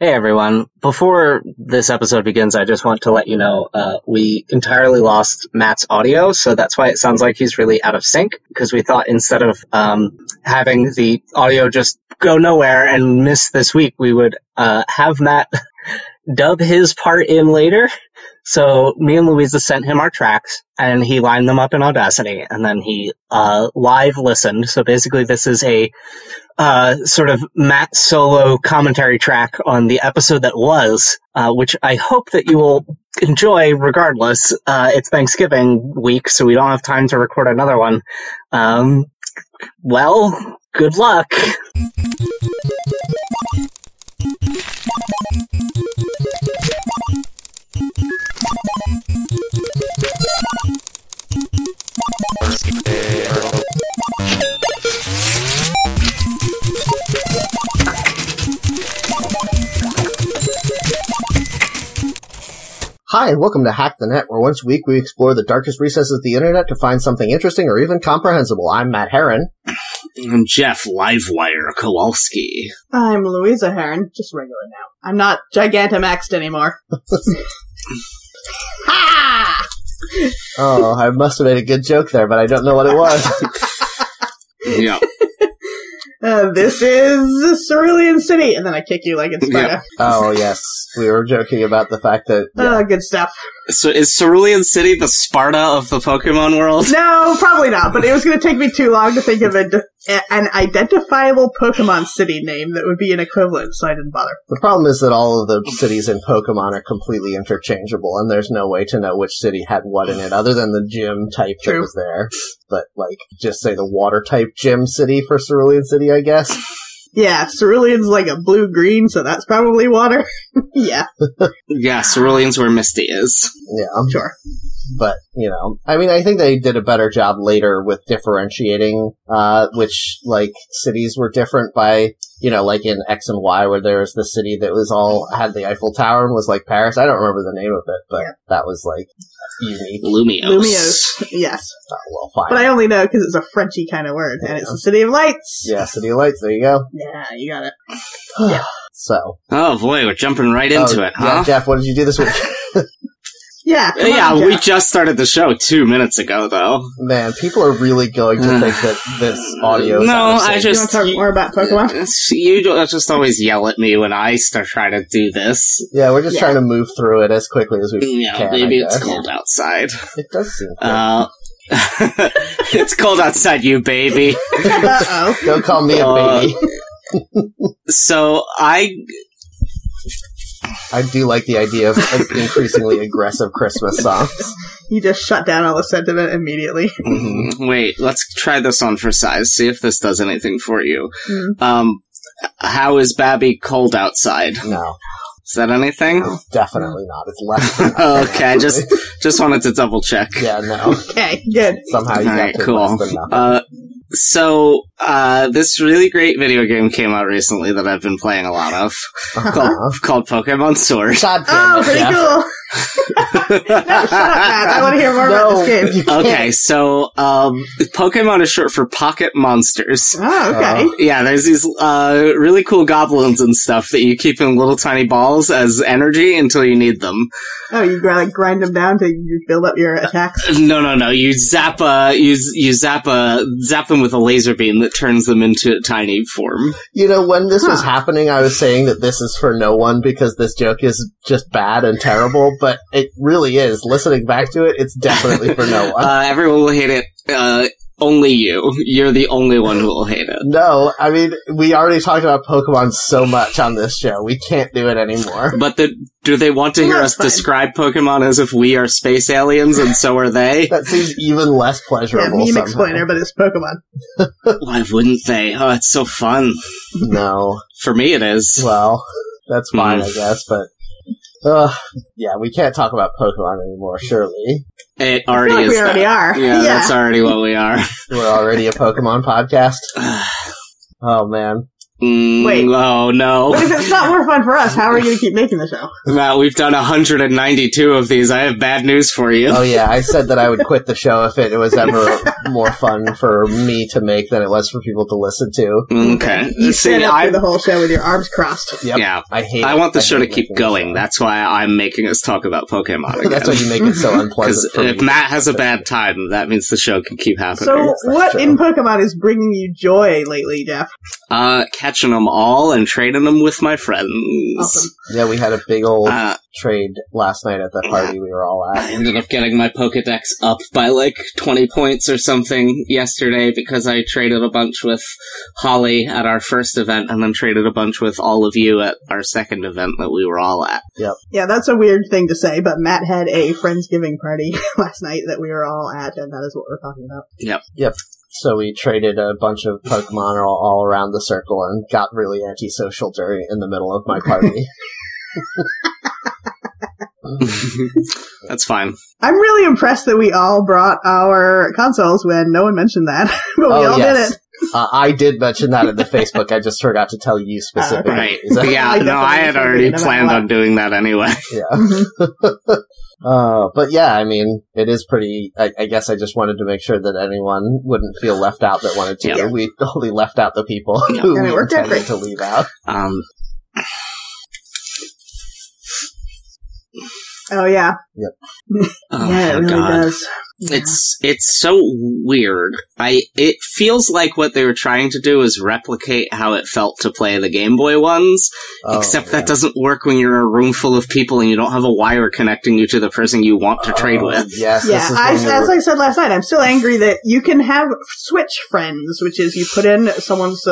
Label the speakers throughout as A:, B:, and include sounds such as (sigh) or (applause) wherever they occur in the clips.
A: Hey everyone. Before this episode begins, I just want to let you know uh, we entirely lost Matt's audio, so that's why it sounds like he's really out of sync. Because we thought instead of um, having the audio just go nowhere and miss this week, we would uh, have Matt (laughs) dub his part in later. So me and Louisa sent him our tracks, and he lined them up in Audacity, and then he uh, live listened. So basically, this is a uh, sort of Matt solo commentary track on the episode that was, uh, which I hope that you will enjoy regardless. Uh, it's Thanksgiving week, so we don't have time to record another one. Um, well, good luck.
B: Hi, welcome to Hack the Net, where once a week we explore the darkest recesses of the internet to find something interesting or even comprehensible. I'm Matt Herron.
C: I'm Jeff Livewire Kowalski.
D: I'm Louisa Heron, just regular now. I'm not Gigantamaxed anymore. ha!
B: Oh, I must have made a good joke there, but I don't know what it (laughs) was.
C: Yeah.
D: Uh, this is Cerulean City, and then I kick you like it's Sparta.
B: oh, yes. We were joking about the fact that. yeah.
D: Uh, good stuff.
C: So is Cerulean City the Sparta of the Pokemon world?
D: No, probably not. But it was going to take me too long to think of a, a- an identifiable Pokemon city name that would be an equivalent, so I didn't bother.
B: The problem is that all of the cities in Pokemon are completely interchangeable, and there's no way to know which city had what in it other than the gym type that
D: True.
B: was there. But, like, just say the water type gym city for Cerulean City, I (laughs) guess.
D: Yeah, Cerulean's like a blue green, so that's probably water. (laughs) yeah,
C: (laughs) Yeah, Cerulean's where Misty is.
B: Yeah.
D: sure.
B: but you know, I mean, I think they did a better job later with differentiating uh, which like cities were different by you know, like in X and Y, where there was the city that was all had the Eiffel Tower and was like Paris. I don't remember the name of it, but that was like unique.
C: Lumios.
D: Lumios, yes.
B: Oh, well, fine.
D: But I only know because it's a Frenchy kind of word, and it's the City of Lights.
B: yeah, City of Lights. There you go.
D: Yeah, you got it.
B: So
C: Oh boy, we're jumping right into
B: Oh,
C: it,
B: Yeah,
C: huh?
B: Jeff, what did you do this week?
C: (laughs)
D: Yeah, come
C: Yeah,
D: on,
C: we
D: Jeff.
C: just started the show two minutes ago, though.
B: Man, people are really going to think that this audio. Is
C: No,
B: out of
C: I
B: sync.
D: You
C: just-
D: want to talk more about
C: (laughs)
D: Pokemon?
C: It's- You don't- just always yell at me when I start trying to do this.
B: Yeah, we're just
D: Yeah.
B: trying to move through it as quickly as we.
C: Yeah,
B: Can, I
C: maybe it's
B: guess.
C: cold outside.
B: It does seem. Cool.
C: Uh, (laughs) it's cold outside, you baby.
D: uh oh.
B: Don't call me a
C: Uh,
B: baby.
C: So I
B: I do like the idea of an increasingly aggressive Christmas songs.
D: You just shut down all the sentiment immediately.
B: Mm-hmm.
C: Wait, let's try this on for size. See if this does anything for you.
D: Mm.
C: Um, how is Babby cold outside?
B: No,
C: Is that anything? (laughs)
B: it's definitely not. It's less. than nothing,
C: okay, I just
B: (laughs) actually.
C: just wanted to double check.
B: yeah, no.
D: (laughs) Okay, good.
B: Somehow you
C: All
B: got
C: right,
B: to
C: cool.
B: less than nothing.
C: Uh, so uh, this really great video game came out recently that I've been playing a lot
D: (laughs)
C: of,
B: Uh-huh.
C: called called Pokemon Sword.
B: God damn
D: Oh,
B: it,
D: pretty
B: Jeff.
D: cool. No, (laughs) shut up, Matt.
C: (laughs)
D: I want to hear more
B: No,
D: about this game.
B: you can't.
C: okay, so um, Pokemon is short for Pocket Monsters.
D: Oh, okay.
C: Yeah, there's these uh, really cool goblins and stuff that you keep in little tiny balls as energy until you need them.
D: oh, you grind, like, grind them down to you build up your attacks.
C: No, no, no. You zap uh, you z- you zap uh, zap them with a laser beam that turns them into a tiny form.
B: You know, when this was
D: Huh.
B: happening, I was saying that this is for no one because this joke is just bad and terrible, but it really is. Listening back to it, it's definitely for no one.
C: (laughs) Uh, everyone will hate it. Uh, only you. You're the only one who will hate it.
B: No, I mean, we already talked about Pokemon so much on this show. We can't do
C: (laughs)
B: it anymore.
C: But the, do they want to hear
D: That's
C: us
D: fine.
C: describe Pokemon as if we are space aliens and so are
D: (laughs)
C: they?
B: That seems even less
D: Yeah,
B: pleasurable.
D: meme
B: somehow.
D: explainer, but it's Pokemon.
C: Why wouldn't they? Oh, it's so fun.
B: No.
C: For me, it is.
B: Well, that's fine,
C: Hmm.
B: I guess, but. Uh, yeah, we can't talk about Pokemon anymore, surely.
C: It
D: I
C: already
D: feel like
C: is.
D: we already
C: that.
D: are.
C: Yeah, that's
D: (laughs)
C: already what we are. (sighs)
B: We're already a Pokemon podcast. Oh, man.
C: Mm,
D: Wait.
C: Oh no.
D: (laughs) But if it's not more fun for us, how are you going to keep making the show?
C: Matt, we've done 192 of these. I have bad news for you.
B: Oh yeah, I said that I would quit the show if it was ever more fun for me to make than it was for people to listen to.
C: Okay.
D: You
C: See,
D: sit up
C: I,
D: through the whole show with your arms crossed.
B: Yep.
C: yeah.
B: I hate.
C: I want the show to
B: hate
C: keep
B: making
C: going.
B: the (laughs) show.
C: That's why I'm making us talk about Pokemon again.
B: (laughs) that's why you make
C: (laughs)
B: it so
C: Because
B: unpleasant. For
C: if
B: me.
C: Matt has a bad time, that means the show can keep happening.
D: So, what
B: true.
D: in Pokemon is bringing you joy lately, Jeff?
C: uh, catching them all and trading them with my friends.
D: Awesome.
B: yeah, we had a big old
C: Uh,
B: trade last night at the party we were all
C: I
B: at.
C: ended up getting my Pokedex up by like 20 points or something yesterday because I traded a bunch with Holly at our first event and then traded a bunch with all of you at our second event that we were all
B: (laughs)
C: at.
D: Yeah, that's a weird thing to say, but Matt had a Friendsgiving party (laughs) last night that we were all at, and that is what we're talking about.
B: So we traded a bunch of Pokemon all, all around the circle and got really antisocial during in the middle of my
D: (laughs)
B: party.
C: That's fine.
D: I'm really impressed that we all brought our consoles when no one mentioned that, (laughs) but we
B: Oh,
D: all
B: yes.
D: did it.
B: uh, I did mention that in the Facebook. I just forgot to tell you specifically.
C: Right.
B: Is that-
C: yeah, no, I had already planned on doing that anyway.
B: yeah.
C: (laughs)
D: Mhm.
B: Uh, but yeah, I mean, it is pretty. I, I guess I just wanted to make sure that anyone wouldn't feel left out that wanted to.
C: Yeah.
B: (laughs) We only left out the people
C: Yeah.
B: who
D: And it
B: we
D: worked out
B: intended to
D: great.
B: leave out.
C: Um,
D: Oh, yeah.
C: oh
D: yeah,
C: my
D: it really
C: God.
D: does. Yeah.
C: It's it's so weird. I it feels like what they were trying to do is replicate how it felt to play the Game Boy ones,
B: Oh,
C: except
B: yeah.
C: that doesn't work when you're in a room full of people and you don't have a wire connecting you to the person you want to trade
B: Oh,
C: with.
B: Yes,
D: Yeah,
B: this is when
D: I,
B: we
D: as
B: were-
D: I said last night, I'm still angry that you can have Switch friends, which is you put in someone's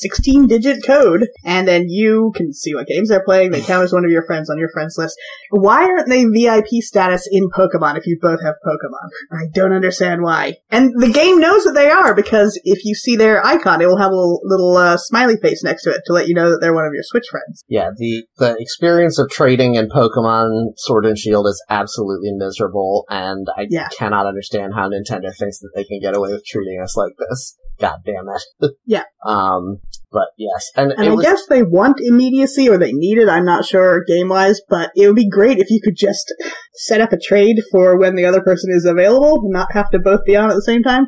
D: 16 digit code, and then you can see what games they're playing. They count as one of your friends on your friends list. Why aren't they VIP status in Pokemon if you both have Pokemon? I don't understand why. And the game knows that they are because if you see their icon, it will have a little, little uh, smiley face next to it to let you know that they're one of your Switch friends.
B: yeah, the the experience of trading in Pokemon Sword and Shield is absolutely miserable, and I
D: Yeah.
B: cannot understand how Nintendo thinks that they can get away with treating us like this. God damn it. (laughs)
D: Yeah.
B: Um. But yes, and,
D: And
B: it
D: I
B: was
D: guess they want immediacy or they need it, I'm not sure game wise, but it would be great if you could just set up a trade for when the other person is available, not have to both be on at the same time.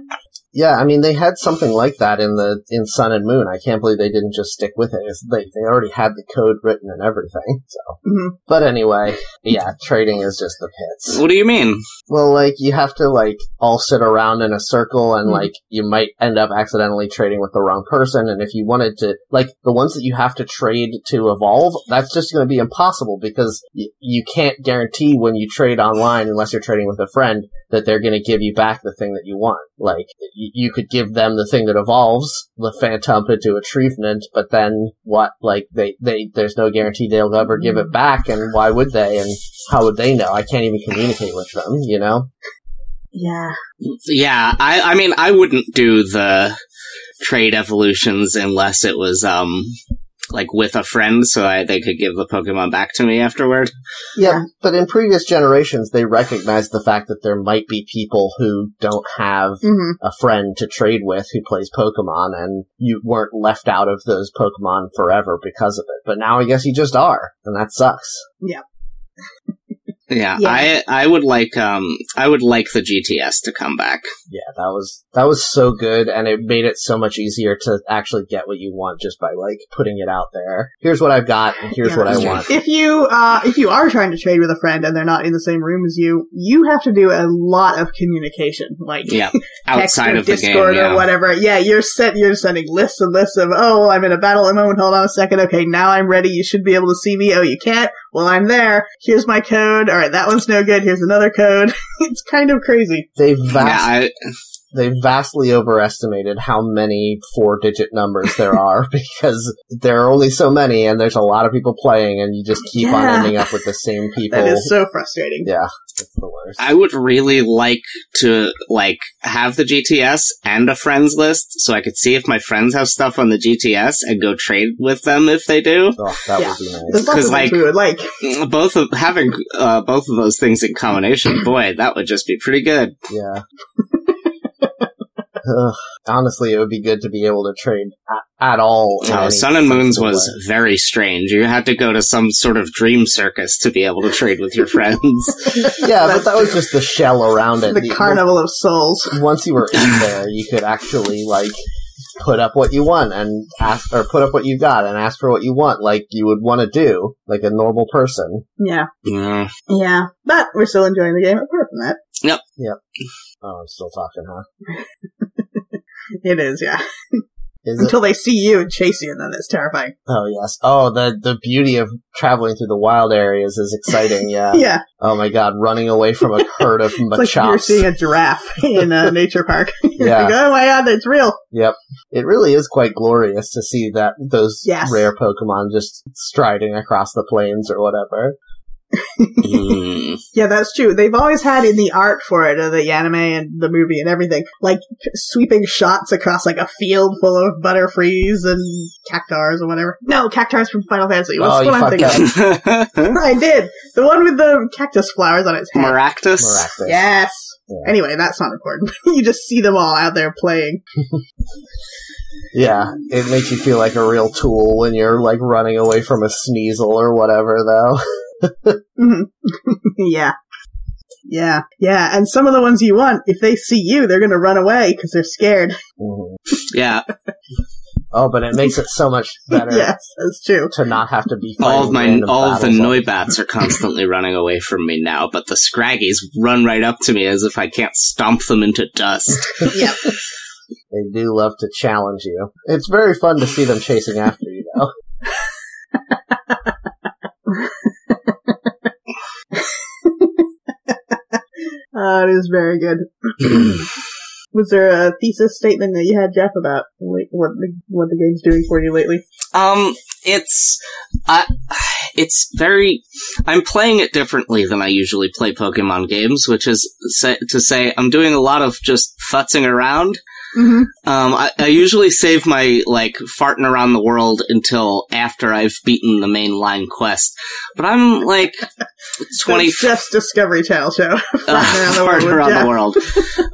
B: Yeah, I mean they had something like that in the in Sun and Moon. I can't believe they didn't just stick with it. It's- They they already had the code written and everything. So,
D: Mhm.
B: but
D: (laughs)
B: anyway, yeah, trading is just the pits.
C: What do you mean?
B: Well, like you have to like all sit around in a circle, and
D: Mhm.
B: like you might end up accidentally trading with the wrong person. And if you wanted to, like the ones that you have to trade to evolve, that's just going to be impossible because y- you can't guarantee when you trade online, unless you're trading with a friend, that they're going to give you back the thing that you want. Like, you, you could give them the thing that evolves, the Phantom into a Trevenant, but then what? Like, they, they, there's no guarantee they'll ever give it back, and why would they? And how would they know? I can't even communicate with them, you know?
D: Yeah.
C: Yeah, I I mean I wouldn't do the trade evolutions unless it was um like with a friend so I, they could give the Pokemon back to me afterward.
B: Yeah, but in previous generations, they recognized the fact that there might be people who don't have
D: hmm
B: a friend to trade with who plays Pokemon, and you weren't left out of those Pokemon forever because of it. But now I guess you just are, and that sucks.
C: Yeah,
D: Yeah.
C: I I would like um I would like the GTS to come back.
B: yeah, that was that was so good, and it made it so much easier to actually get what you want just by like putting it out there. Here's what I've got, and here's
D: Yeah,
B: what I
C: that's
B: want.
D: If you uh, if you are trying to trade with a friend and they're not in the same room as you, you have to do a lot of communication, like
C: Yeah,
D: (laughs) text
C: outside
D: or
C: of the
D: Discord
C: game. Yeah.
D: or whatever. Yeah, you're set. You're sending lists and lists of oh, well, I'm in a battle at the moment. Hold on a second. Okay, now I'm ready. You should be able to see me. Oh, you can't. Well, I'm there. Here's my code. All right, that one's no good. Here's another code. (laughs) it's kind of crazy.
B: They
C: Yeah,
B: vast,
C: I,
B: they vastly overestimated how many four digit numbers
C: (laughs)
B: there are because there are only so many, and there's a lot of people playing, and you just keep on
D: Yeah.
B: ending up with
C: (laughs)
B: the same people.
D: That is so frustrating.
B: yeah, it's the worst.
C: I would really like to like have the GTS and a friends list so I could see if my friends have stuff on the GTS and go trade with them if they do.
B: oh, that
D: Yeah.
B: would be nice.
D: There's lots
C: 'Cause,
D: of things
C: like-
D: we would like.
C: Both of having uh, both of those things in
D: (clears throat)
C: combination, boy, that would just be pretty good. (laughs)
B: Yeah. Ugh. Honestly, it would be good to be able to trade a- at all. in
C: Oh,
B: any
C: Sun and Moons
B: sensible
C: was
B: way.
C: very strange. You had to go to some sort of dream circus to be able to trade with your
D: (laughs)
C: friends. (laughs)
B: yeah, but that was just the shell around it.
D: The Carnival of Souls.
B: Once you were in there, you could actually like put up what you want and ask, or put up what you got and ask for what you want, like you would want to do, like a normal person.
D: Yeah.
C: (laughs) Yeah.
D: Yeah. But we're still enjoying the game apart from that.
B: Oh, I'm still talking, huh?
D: It is, yeah.
B: Is it?
D: Until they see you and chase you, and then it's terrifying.
B: Oh yes. Oh, the the beauty of traveling through the wild areas is exciting. Yeah.
D: (laughs) yeah.
B: Oh my God, running away from a herd of
D: (laughs) It's like you're
B: machops.
D: seeing a giraffe (laughs) in a nature park. (laughs) You're
B: Yeah.
D: like, oh my god, that's real.
B: It really is quite glorious to see that those
D: Yes.
B: rare Pokemon just striding across the plains or whatever.
C: Mm.
D: Yeah, that's true. They've always had in the art for it, uh, the anime and the movie and everything, like sweeping shots across like a field full of butterfrees and cactars or whatever. No, cactars from Final Fantasy. What's
B: Oh, you
D: what I'm
B: fucked
D: thinking? of? (laughs) I did the one with the cactus flowers on its head.
C: Maractus?
B: Maractus.
D: Yes.
B: Yeah.
D: Anyway, that's not important. (laughs) you just see them all out there playing.
B: Yeah, it makes you feel like a real tool when you're like running away from a Sneasel or whatever, though.
D: Mhm. (laughs) yeah. Yeah. Yeah. And some of the ones you want, if they see you, they're going to run away because they're scared. (laughs)
B: Mhm.
C: Yeah.
B: Oh, but it makes it so much better
D: yes, that's
B: (laughs)
D: true.
B: to not have to be
C: All of
B: fighting
C: my
B: random
C: all of the
B: battles.
C: Noibats are constantly running away from me now, but the Scraggies run right up to me as if I can't stomp them into dust.
D: yep.
B: They do love to challenge you. It's very fun to see them chasing after you, though.
D: Uh, it is very good. Was there a thesis statement that you had, Jeff, about like, what the, what the game's doing for you lately?
C: Um, it's I, it's very. I'm playing it differently than I usually play Pokemon games, which is say, to say I'm doing a lot of just futzing around.
D: Mm-hmm.
C: Um, I, I usually save my like farting around the world until after I've beaten the mainline quest, but I'm like twenty
D: Jeff's Discovery
C: (laughs)
D: Channel show.
C: uh,
D: Farting
C: farting around the world.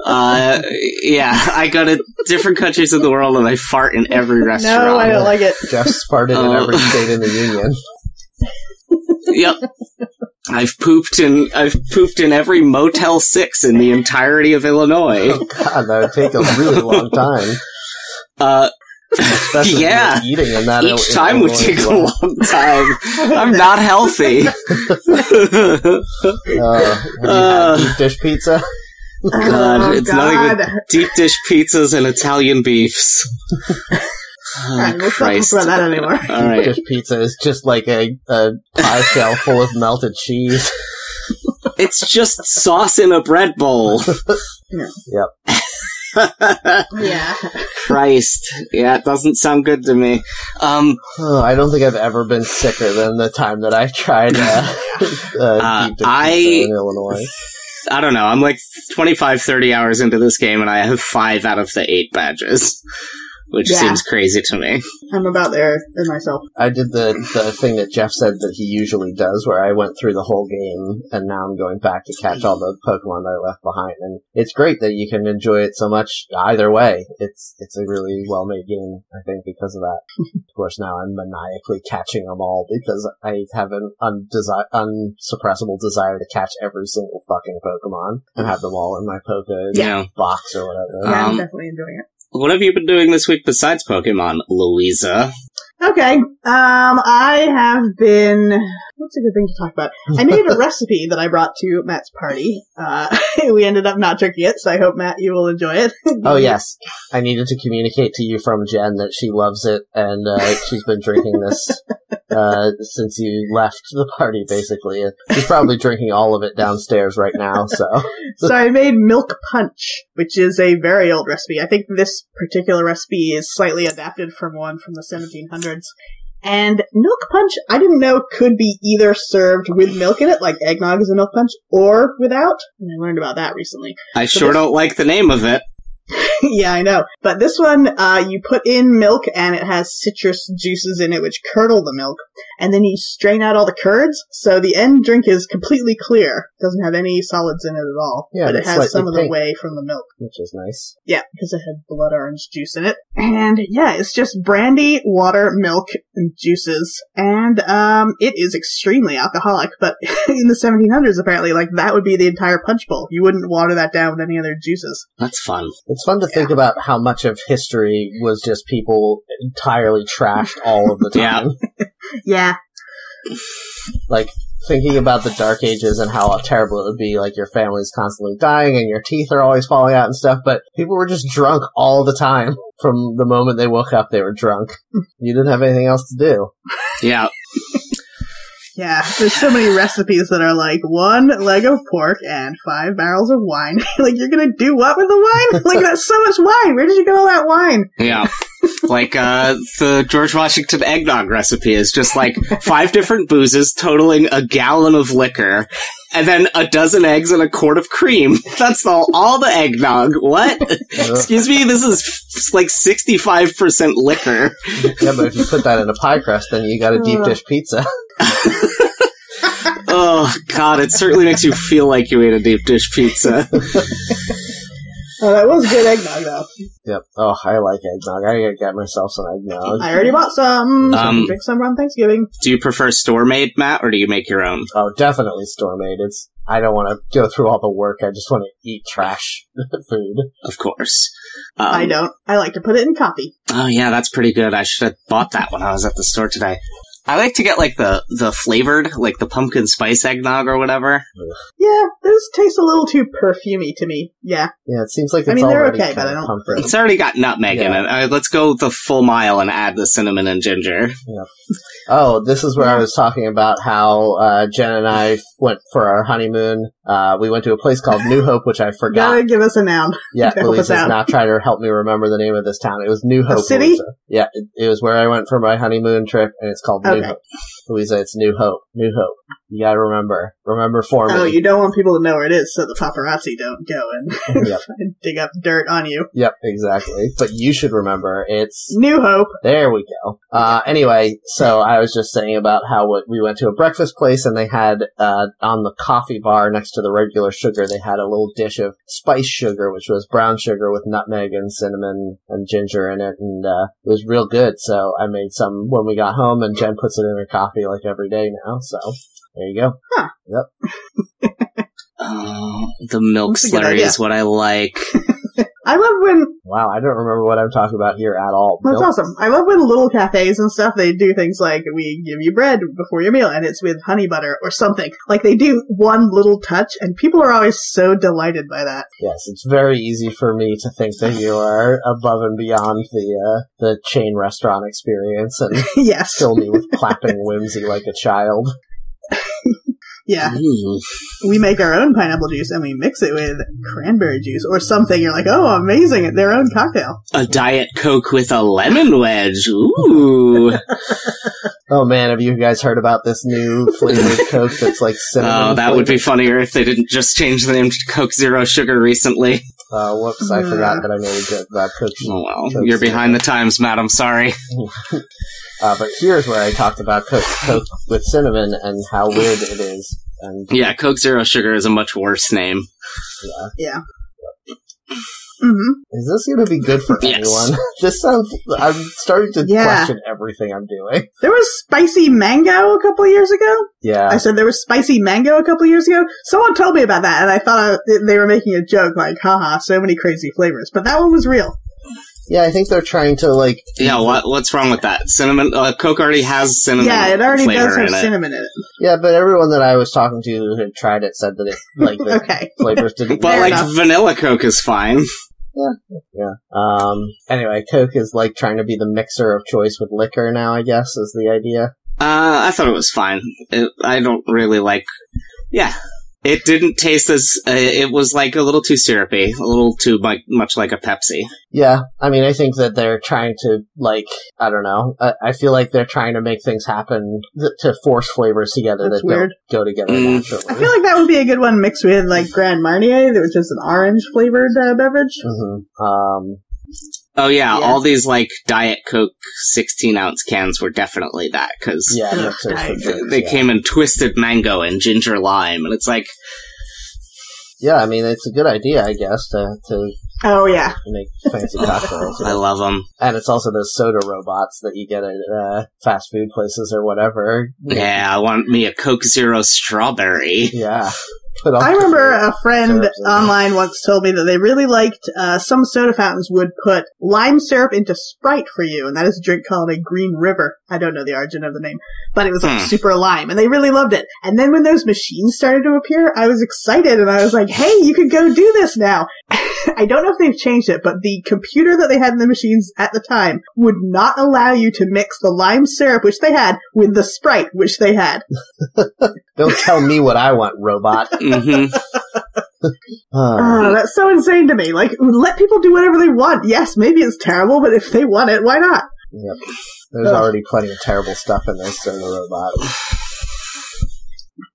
C: Uh, yeah, I go to different countries of the world and I fart in every
D: with Jeff.
C: restaurant.
D: (laughs) No, I don't like it.
B: Jeff farted in
C: Oh.
B: every state in the
C: (laughs)
B: union.
C: yep. I've pooped in I've pooped in every Motel Six in the entirety of Illinois.
B: (laughs) Oh God, that would take a really long time.
C: Uh,
B: Especially
C: Yeah.
B: yeah. eating in that.
C: each time would take a
B: long.
C: long time. (laughs) I'm
D: (laughs)
C: not healthy.
B: Uh, have you
C: Uh.
B: had deep dish pizza?
D: Oh,
C: God, it's nothing but Deep dish pizzas and Italian beefs. Oh,
D: All right, let's not talk
C: Christ.
D: about that anymore.
C: All
B: Deep
C: right,
B: dish pizza is just like a, a pie shell full of melted cheese.
C: it's just sauce in a bread bowl. Yep.
D: Yeah.
C: Christ, yeah, it doesn't sound good to me. Um,
B: Oh, I don't think I've ever been sicker than the time that I
C: (laughs)
B: tried uh, uh,
C: Uh,
B: deep dish
C: I-
B: pizza in Illinois.
C: I don't know. I'm like 25, 30 hours into this game, and I have five out of the eight badges, which
D: Yeah.
C: seems crazy to me.
D: I'm about there in myself.
B: I did the, the thing that Jeff said that he usually does, where I went through the whole game, and now I'm going back to catch all the Pokemon that I left behind. And it's great that you can enjoy it so much either way. It's it's a really well made game, I think, because of that. of course, now I'm maniacally catching them all because I have an undesi- unsuppressible desire to catch every single fucking Pokemon and have them all in my Poké
C: You know,
B: box or whatever.
D: Yeah, I'm
C: Um,
D: definitely enjoying it.
C: what have you been doing this week besides Pokemon, Louisa?
D: Okay. Um, I have been. What's a good thing to talk about? I
C: (laughs)
D: made a recipe that I brought to Matt's party. Uh, (laughs) we ended up not drinking it, so I hope Matt you will enjoy it.
B: Oh yes, I needed to communicate to you from Jen that she loves it and uh, she's been drinking this uh, since you left the party. Basically, she's probably drinking all of it downstairs right now. So (laughs)
D: so I made milk punch, which is a very old recipe. I think this particular recipe is slightly adapted from one from the 1700s. And milk punch, I didn't know could be either served with milk in it, like eggnog is a milk punch, or without. And I learned about that recently. (laughs)
C: I
D: So
C: sure
D: this-
C: don't like the name of it.
D: yeah, I know. But this one, uh, you put in milk and it has citrus juices in it which curdle the milk. And then you strain out all the curds, so the end drink is completely clear. Doesn't have any solids in it at all.
B: Yeah,
D: but it
B: it's slightly
D: has some of the
B: pink.
D: whey from the milk.
B: which is nice.
D: Yeah, because it had blood orange juice in it. And yeah, it's just brandy, water, milk, and juices. And um, it is extremely alcoholic, but (laughs) in the 1700s, apparently, like that would be the entire punch bowl. You wouldn't water that down with any other juices.
C: That's fun.
B: It's fun to think about how much of history was just people entirely trashed all of the
C: Yeah.
B: time.
D: Yeah,
B: Like thinking about the Dark Ages and how terrible it would be. Like your family's constantly dying and your teeth are always falling out and stuff. But people were just drunk all the time. From the moment they woke up, they were drunk. (laughs) You didn't have anything else to do.
C: Yeah.
D: yeah. There's so many recipes that are like one leg of pork and five barrels of wine. (laughs) like, you're gonna do what with the (laughs) wine? like, that's so much wine. Where did you get all that wine?
C: Yeah. like uh the George Washington eggnog recipe is just like five different boozes totaling a gallon of liquor and then a dozen eggs and a quart of cream. (laughs) That's all all the eggnog. What?
D: (laughs)
C: Excuse me, this is f- like 65% liquor.
B: yeah, but if you put that in a pie crust, then you got a deep dish pizza. (laughs)
C: Oh god, it certainly makes you feel like you ate a deep dish pizza.
D: Oh, that was good eggnog, though.
B: yep. Oh, I like eggnog. I gotta get myself some eggnog.
D: I already bought some. so I'm gonna
C: Um,
D: drink some on Thanksgiving.
C: Do you prefer store-made, Matt, or do you make your own?
B: Oh, definitely store made. It's I don't want to go through all the work. I just want to eat trash (laughs) food.
C: Of course. Um,
D: I don't. I like to put it in coffee.
C: Oh yeah, that's pretty good. I should have bought that when I was at the store today. I like to get like the the flavored, like the pumpkin spice eggnog or whatever.
D: Yeah, those taste a little too perfumey to me. Yeah.
B: Yeah, it seems like it's
D: I mean, they're
B: already
D: okay, but
B: kinda
D: I don't-
B: pumpkin.
C: It's already got nutmeg in
B: Yeah.
C: it. Uh, let's go the full mile and add the cinnamon and ginger.
B: Oh, this is where I was talking about how uh, Jen and I went for our honeymoon. Uh, we went to a place called New Hope,
D: (laughs)
B: which I
D: Gotta
B: forgot.
D: give us a noun.
B: Yeah,
D: help
B: Louise
D: us out.
B: is not trying to help me remember the name of this town. It was New Hope.
D: city?
B: Louisa. Yeah, it, it was where I went for my honeymoon trip, and it's called New
D: Okay.
B: Hope. Louisa, it's New Hope. New Hope. You gotta remember. Remember for me.
D: Oh, you don't want people to know where it is so the paparazzi don't go (laughs) and
B: Yep.
D: dig up dirt on you.
B: Yep, exactly. But you should remember it's
D: New Hope.
B: There we go. Uh, anyway, so I was just saying about how what, we went to a breakfast place and they had uh, on the coffee bar next to the regular sugar, they had a little dish of spice sugar, which was brown sugar with nutmeg and cinnamon and ginger in it, and uh, it was real good. So I made some when we got home, and Jen puts it in her coffee like every day now. So there you go.
C: Oh, the milk
D: That's a good
C: slurry
D: idea.
C: is what I like.
D: I love when
B: Wow, I don't remember what I'm talking about here at all.
D: that's
B: Nope.
D: awesome. I love when little cafes and stuff they do things like we give you bread before your meal and it's with honey butter or something. Like they do one little touch and people are always so delighted by that. (laughs)
B: Yes, it's very easy for me to think that you are above and beyond the uh, the chain restaurant experience and
D: yes.
B: fill me with
C: (laughs)
B: clapping whimsy like a child.
D: (laughs) yeah.
C: Mm.
D: we make our own pineapple juice and we mix it with cranberry juice or something. You're like, oh, amazing! Their own cocktail.
C: A diet coke with a lemon wedge.
D: (laughs)
C: Ooh.
B: Oh man, have you guys heard about this new flavored
C: (laughs)
B: Coke that's like cinnamon?
C: oh, that would be funnier if they didn't just change the name to Coke Zero Sugar recently.
B: flavored? Uh, whoops, I forgot that I made a joke about Coke.
C: Oh well,
B: Coke
C: you're
B: Zero.
C: behind the times, Matt. I'm sorry.
B: Uh, but here's where I talked about Coke, Coke with cinnamon and how weird it is. And
C: Yeah, Coke Zero Sugar is a much worse name.
D: Mm-hmm.
B: is this going to be good for
C: (laughs) Yes.
B: anyone? (laughs) this sounds. I'm starting to
D: Yeah.
B: question everything I'm doing. (laughs)
D: There was spicy mango a couple of years ago.
B: Yeah.
D: I said there was spicy mango a couple of years ago. Someone told me about that, and I thought I, they were making a joke, like, haha, so many crazy flavors. But that one was real.
B: Yeah, I think they're trying to like.
C: Yeah, what what's wrong with that? Cinnamon uh, Coke already has cinnamon.
D: yeah, it already
C: Mm-hmm. flavor
D: does have
C: in it.
D: cinnamon in it.
B: Yeah, but everyone that I was talking to who had tried it said that it like
C: (laughs)
B: the
D: Okay.
B: flavors didn't.
C: But
D: Fair
C: like
D: enough.
C: vanilla Coke is fine.
B: Um. Anyway, Coke is like trying to be the mixer of choice with liquor now. I guess is the idea.
C: Uh, I thought it was fine. It, I don't really like. Yeah, It didn't taste as. Uh, it was like a little too syrupy, a little too mu- much like a Pepsi.
B: Yeah, I mean, I think that they're trying to like I don't know. I, I feel like they're trying to make things happen th- to force flavors together
D: That's
B: that
D: weird.
B: don't go together
C: Mm.
B: naturally.
D: I feel like that would be a good one mixed with like Grand Marnier, which is an orange flavored uh, beverage.
B: hmm Um,
C: Oh yeah,
D: Yeah.
C: all these like Diet Coke sixteen ounce cans were definitely that because
D: (laughs)
B: yeah,
D: Ugh,
B: mixers
D: I-
B: with drinks,
C: they
B: yeah.
C: came in twisted mango and ginger lime, and it's like
B: Yeah, I mean, it's a good idea, I guess, to to
D: Oh yeah,
B: make
C: (laughs)
B: fancy cocktails.
C: I love them.
B: And it's also those soda robots that you get at uh, fast food places or whatever.
C: Yeah, I want me a Coke Zero strawberry. (laughs)
B: Yeah. Put all
D: I remember uh, a friend
B: Syrups in there.
D: online once told me that they really liked uh, some soda fountains would put lime syrup into Sprite for you, and that is a drink called a Green River. I don't know the origin of the name, but it was like
C: Hmm.
D: super lime, and they really loved it. And then when those machines started to appear, I was excited, and I was like, "Hey, you could go do this now." (laughs) I don't know if they've changed it, but the computer that they had in the machines at the time would not allow you to mix the lime syrup, which they had, with the Sprite, which they had.
B: Don't tell me what I want,
C: (laughs)
B: robot.
C: hmm
B: Uh,
D: Oh, that's so insane to me. Like, let people do whatever they want. Yes, maybe it's terrible, but if they want it, why not?
B: yep. There's already plenty of terrible stuff in those soda robots.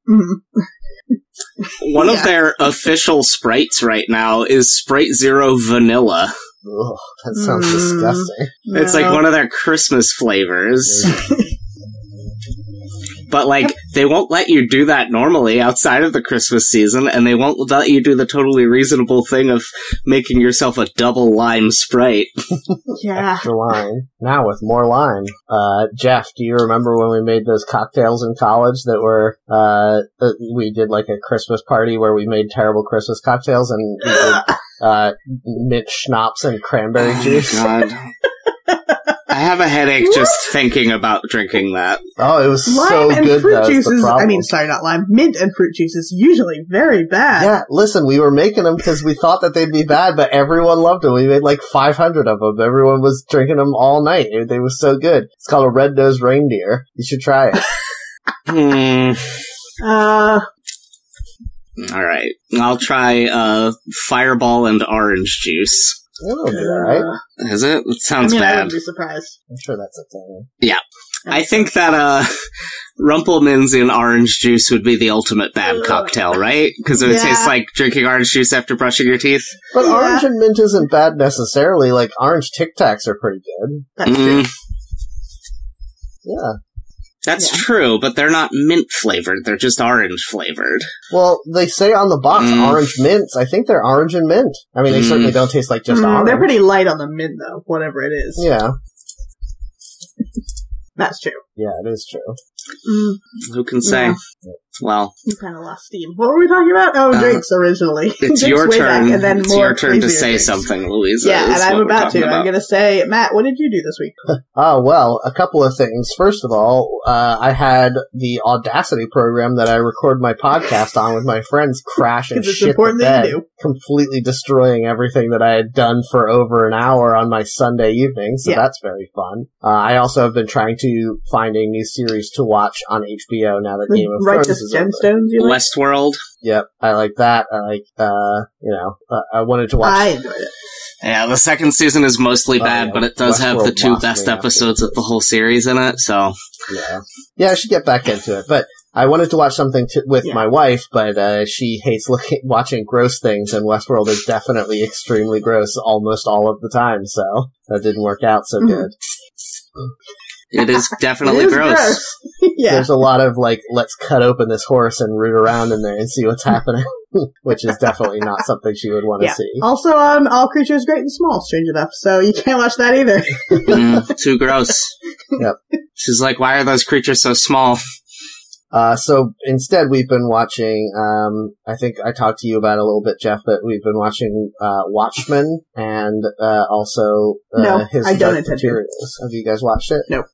D: Mm.
C: One
D: Yeah.
C: of their official sprites right now is Sprite Zero Vanilla.
B: Ugh, that sounds
D: Mm.
B: disgusting.
C: It's like
D: No.
C: one of their Christmas
D: (laughs)
C: flavors. But like they won't let you do that normally outside of the Christmas season, and they won't let you do the totally reasonable thing of making yourself a double lime sprite.
D: Yeah.
B: Extra lime. Now with more lime. Uh, Jeff, do you remember when we made those cocktails in college that were, uh, that we did like a Christmas party where we made terrible Christmas cocktails and we
D: (laughs)
B: did, uh, mint schnapps and cranberry juice?
C: Oh,
D: (laughs)
C: my God. I have a headache just thinking about drinking that.
B: Oh, it was
D: Lime
B: so
D: and
B: good.
D: fruit
B: though, is the
D: juices. I
B: problem.
D: mean, sorry, not lime. Mint and fruit juice is usually very bad.
B: yeah. Listen, we were making them because we thought that they'd be bad, but everyone loved them. We made like 500 of them. Everyone was drinking them all night. It- They were so good. It's called a red nosed reindeer. You should try
D: (laughs)
B: it.
C: Hmm.
D: Uh,
C: All right, I'll try uh, Fireball and orange juice.
B: It'll be alright.
D: uh,
C: Is it? It
D: I
C: sounds
D: mean, I
C: bad.
D: wouldn't be surprised.
B: I'm sure that's a thing.
C: I think that uh, Rumpelmans in orange juice would be the ultimate bad
D: Ugh.
C: cocktail, right? Because it would
D: Yeah.
C: taste like drinking orange juice after brushing your teeth.
B: But
D: Yeah.
B: orange and mint isn't bad necessarily. Like orange Tic Tacs are pretty good.
D: That's true.
C: Mm,
B: Yeah.
C: that's
D: Yeah.
C: true, but they're not mint flavored; they're just orange flavored.
B: Well, they say on the box
C: Mm.
B: orange mints. I think they're orange and mint. I mean, they
C: Mm.
B: certainly don't taste like just
D: Mm,
B: orange.
D: they're pretty light on the mint, though. Whatever it is,
B: yeah.
D: that's true.
B: Yeah, it is true.
D: Mm,
C: Who can say?
D: Yeah. (laughs)
C: Well,
D: you kind of lost steam. What were we talking about? Oh,
C: Uh,
D: drinks originally.
C: it's
D: (laughs) Drinks
C: your
D: way back,
C: turn.
D: and then
C: it's
D: more
C: your turn to
D: crazier
C: say
D: drinks.
C: something, Louisa.
D: Yeah,
C: is
D: and I'm
C: what we're
D: about to.
C: talking
D: I'm going to say, Matt, what did you do this week?
B: Ah, well, a couple of things. First of all, uh, I had the Audacity program that I record my podcast on with my friends crash and
D: Because it's
B: shit
D: important
B: the
D: that
B: bed,
D: you do.
B: completely destroying everything that I had done for over an hour on my Sunday evening. So
D: Yeah.
B: that's very fun. Uh, I also have been trying to find a new series to watch on HBO now that Game of Thrones
D: Righteous
B: is over.
D: gemstones. You like?
C: Westworld.
B: Yep, I like that. I like, uh, you know, uh, I wanted to watch
D: I enjoyed it.
C: Yeah, the second season is mostly
B: Oh,
C: bad,
B: yeah.
C: but it does have the
B: Westworld
C: two
B: lost
C: best
B: me after
C: episodes of
B: this.
C: the whole series in it. So
B: Yeah, yeah, I should get back into it. But I wanted to watch something to, with
D: Yeah.
B: my wife, but uh, she hates looking, (laughs) watching gross things, and Westworld is definitely extremely gross almost all of the time. So that didn't work out so
D: Mhm.
B: good.
D: (laughs)
C: it is definitely
D: It is
C: gross.
D: (laughs) yeah.
B: There's a lot of like, let's cut open this horse and root around in there and see
D: (laughs)
B: what's happening, (laughs) which is definitely not something she would want to
D: Yeah.
B: see.
D: Also on All Creatures Great and Small, strange enough, so you can't watch that either. (laughs)
C: Mm, too gross.
B: Yep.
C: She's like, why are those creatures so small?
B: Uh, so instead, we've been watching. Um, I think I talked to you about it a little bit, Jeff, but we've been watching uh, Watchmen and uh, also uh,
D: No,
B: his
D: I don't
B: Dark
D: intend to.
B: Materials. Have you guys watched it?
D: Nope.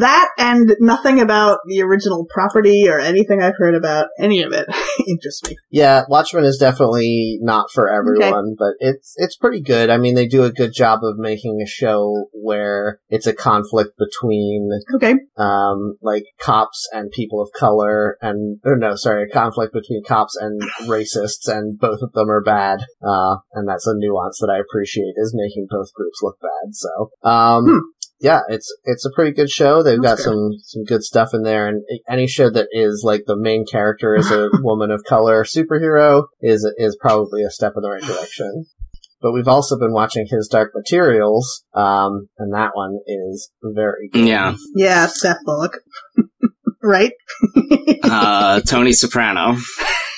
D: that and nothing about the original property or anything I've heard about any of it (laughs) interests me.
B: Yeah, Watchmen is definitely not for everyone, but it's it's pretty good. I mean, they do a good job of making a show where it's a conflict between
D: Okay.
B: um like cops and people of color and or no, sorry, a conflict between cops and racists and both of them are bad. Uh and that's a nuance that I appreciate is making both groups look bad. So, um
D: Hmm.
B: yeah, it's it's a pretty good show. They've
D: That's
B: got
D: fair.
B: some some good stuff in there, and any show that is like the main character is
D: (laughs)
B: a woman of color superhero is is probably a step in the right direction. But we've also been watching his Dark Materials, um, and that one is very good.
C: Yeah.
D: Yeah, Seth Bullock. (laughs) right? (laughs)
C: Uh, Tony Soprano.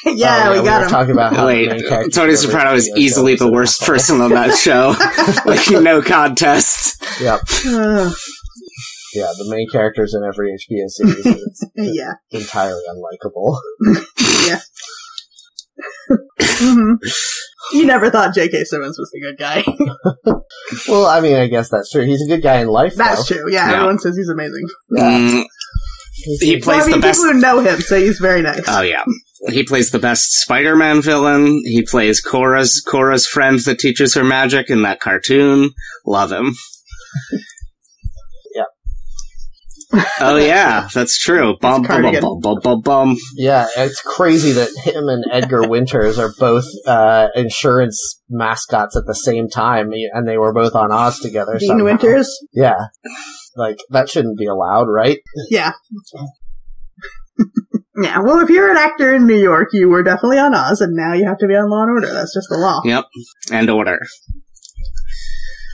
D: yeah,
B: Oh,
D: we got
B: were
D: him.
B: talking about how the
C: Wait,
B: main character
C: Tony
B: every
C: Soprano is
B: video show
C: easily the
B: an
C: worst
B: asshole.
C: person on that show. (laughs) like, no contest.
B: Yep,
D: (laughs) Ugh,
B: yeah, the main characters in every HBO series is
D: yeah.
B: (laughs) entirely unlikable. (laughs)
D: hmm You never thought J.K. Simmons was the good guy. (laughs)
B: Well, I mean, I guess that's true. He's a good guy in life.
D: That's
B: though.
D: true. Yeah,
C: Yeah.
D: everyone says he's amazing.
C: Mm,
B: He's-
C: he
D: Well,
C: plays
D: I mean,
C: the best.
D: people who know him say he's very nice.
C: Oh yeah, he plays the best Spider-Man villain. He plays Cora's Cora's friend that teaches her magic in that cartoon. Love him.
B: Yeah.
C: Oh yeah, that's true. Bum bum bum
D: Cardigan.
C: bum bum bum bum.
B: Yeah, it's crazy that him and
D: (laughs)
B: Edgar Winters are both uh, insurance mascots at the same time, and they were both on Oz together.
D: Dean
B: somehow.
D: Winters?
B: Yeah, like that shouldn't be allowed, right?
D: Yeah. yeah, well, if you're an actor in New York, you were definitely on Oz, and now you have to be on Law and Order. That's just the law.
C: Yep, and order.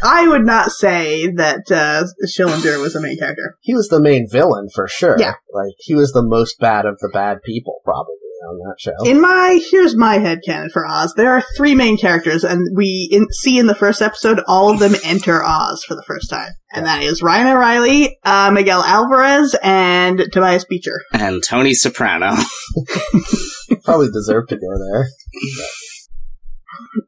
D: I would not say that uh, Schillinger was a main character.
B: He was the main villain for sure.
D: Yeah.
B: like he was the most bad of the bad people, probably on that show.
D: In my here's my headcanon for Oz. There are three main characters, and we in, see in the first episode all of them enter Oz for the first time, and that is Ryan O'Reilly, uh, Miguel Alvarez, and Tobias Beecher.
C: And Tony Soprano.
B: probably deserved to go there.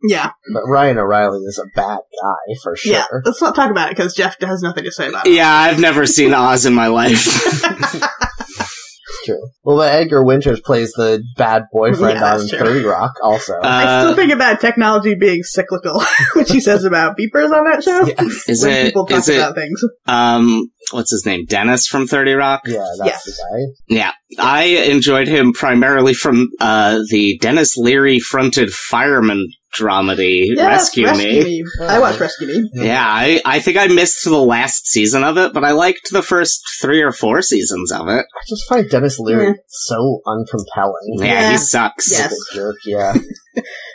D: Yeah,
B: But Ryan O'Reilly is a bad guy for sure.
D: yeah. Let's not talk about it because Jeff has nothing to say about it.
C: yeah, I've never seen Oz in my life.
B: It's true. Well, but Edgar Winters plays the bad
D: (laughs)
B: boyfriend
D: Yeah, that's
B: on
D: true.
B: Thirty Rock, also.
D: (laughs) I
C: Uh,
D: still think about technology being cyclical, (laughs) which he says about beepers on that show.
C: is
D: when
C: it
D: people talk
C: is it
D: about things.
C: um what's his name Dennis from Thirty Rock?
B: yeah, that's
D: yes.
B: the guy.
C: Yeah, I enjoyed him primarily from uh, the Dennis Leary fronted fireman dramedy Rescue, Me.
D: I watch Rescue Me.
C: Yeah, I, I think I missed the last season of it, but I liked the first three or four seasons of it.
B: I just find Dennis Leary so uncompelling.
C: Yeah,
D: Mm. Yeah.
C: he sucks. (laughs)
D: Yeah.
B: He's a jerk,
D: (laughs)
B: yeah.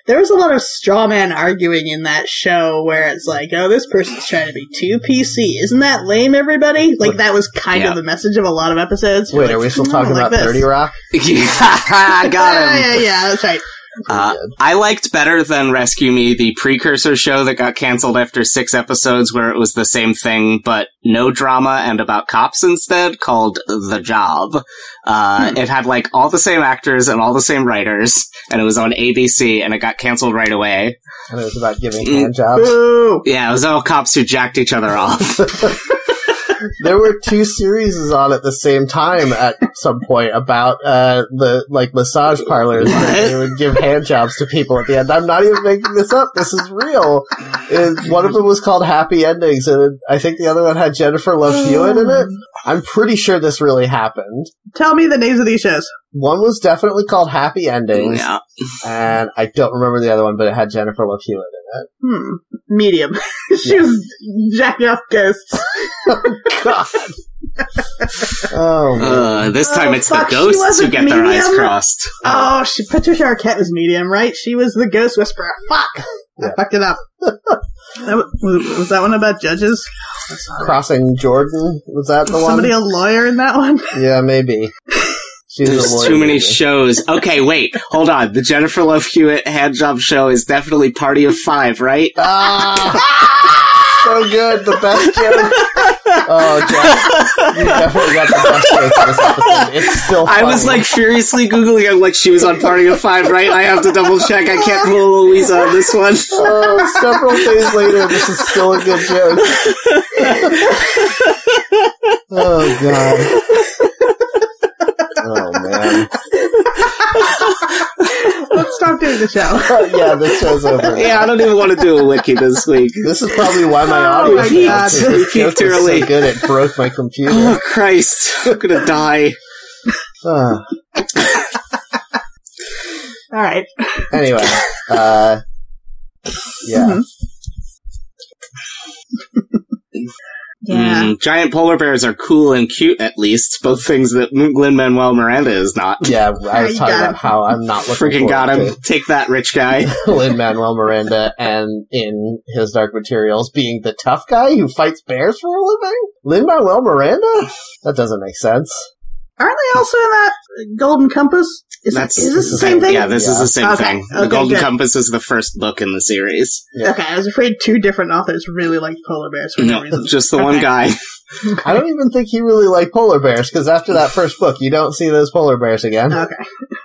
D: There was a lot of straw man arguing in that show where it's like, oh, this person's trying to be too PC. Isn't that lame, everybody? Like, that was kind
C: Yeah.
D: of the message of a lot of episodes.
B: Wait, are we still
D: No,
B: talking
D: like
B: about
D: this.
B: 30 Rock?
C: I got
D: (laughs) Yeah,
C: him.
D: yeah, yeah, that's right.
C: Uh, I liked better than Rescue Me, the precursor show that got canceled after six episodes, where it was the same thing but no drama and about cops instead, called The Job. Uh,
D: Hmm.
C: It had like all the same actors and all the same writers, and it was on ABC, and it got canceled right away.
B: And it was about giving
C: Mm.
B: handjobs.
D: Boo!
C: Yeah, it was all cops who jacked each other
D: (laughs)
C: off.
B: there were two series on at the same time at some point about uh, the like massage parlors where they would give handjobs to people at the end. I'm not even making this up. This is real. It- one of them was called Happy Endings, and I think the other one had Jennifer Love Hewitt in it. I'm pretty sure this really happened.
D: Tell me the names of these shows.
B: One was definitely called Happy Endings.
C: yeah.
B: and I don't remember the other one, but it had Jennifer Love Hewitt in
D: Hmm. Medium. (laughs) she was jacking off ghosts.
B: it. God.
C: (laughs)
B: oh, man.
C: Uh, this time
D: Oh,
C: it's
D: fuck,
C: the
D: she
C: ghosts who
D: wasn't
C: get their eyes
D: medium? (laughs)
C: crossed.
D: Oh, she, Patricia Arquette was medium, right? She was the ghost whisperer. Fuck!
B: Yeah.
D: I fucked it up. that wa- was, was that one about judges?
B: Crossing Jordan was that the
D: Was
B: one?
D: somebody a lawyer in that one?
B: yeah, maybe. She's a
C: There's
B: lawyer,
C: too many
B: maybe.
C: shows. Okay, wait, hold on. The Jennifer Love Hewitt handjob show is definitely Party of Five, right?
B: ah, so good. The best joke. Oh, Jack, you definitely got the best joke for this episode. It's still.
C: I was
B: funny.
C: like furiously googling. I'm like, she was on Party of Five, right? I have to double check. I can't pull Louisa on this one.
B: Oh, several days later, this is still a good joke. oh god. Oh man.
D: Let's stop doing the show.
B: yeah, this show's over.
C: Yeah, I don't even want to do a wiki this week.
B: This is probably why my
D: Oh
B: audio
D: my
B: failed,
D: God.
B: too.
C: We
B: This
C: peaked
B: joke was
C: early.
B: so good it broke my computer.
C: (sighs) Oh Christ! I'm gonna die.
B: Ah.
D: All right. (laughs)
B: anyway, uh,
D: Mm-hmm.
B: yeah,
D: Yeah.
C: Mm, giant polar bears are cool and cute, at least. Both things that Lin Manuel Miranda is not.
B: yeah. I was
D: You
B: talking
D: got
B: about
D: him.
B: how I'm not looking
C: Freaking got him.
B: (laughs) forward
C: Take that, rich guy.
B: to Lin Manuel Miranda and in his Dark Materials being the tough guy who fights bears for a living. Lin Manuel Miranda? That doesn't make sense.
D: Aren't they also in that Golden Compass? Is,
C: That's-
D: is this the same thing?
C: Yeah, this is the same
D: Okay.
C: thing. The
D: Okay,
C: Golden
D: good.
C: Compass is the first book in the series.
B: Yeah.
D: Okay, I was afraid two different authors really liked polar bears for no
C: No,
D: reason.
C: (laughs) just the one
D: Okay.
C: guy. (sighs)
B: I don't even think he really liked polar bears because after that first book, you don't see those polar bears again.
D: Okay.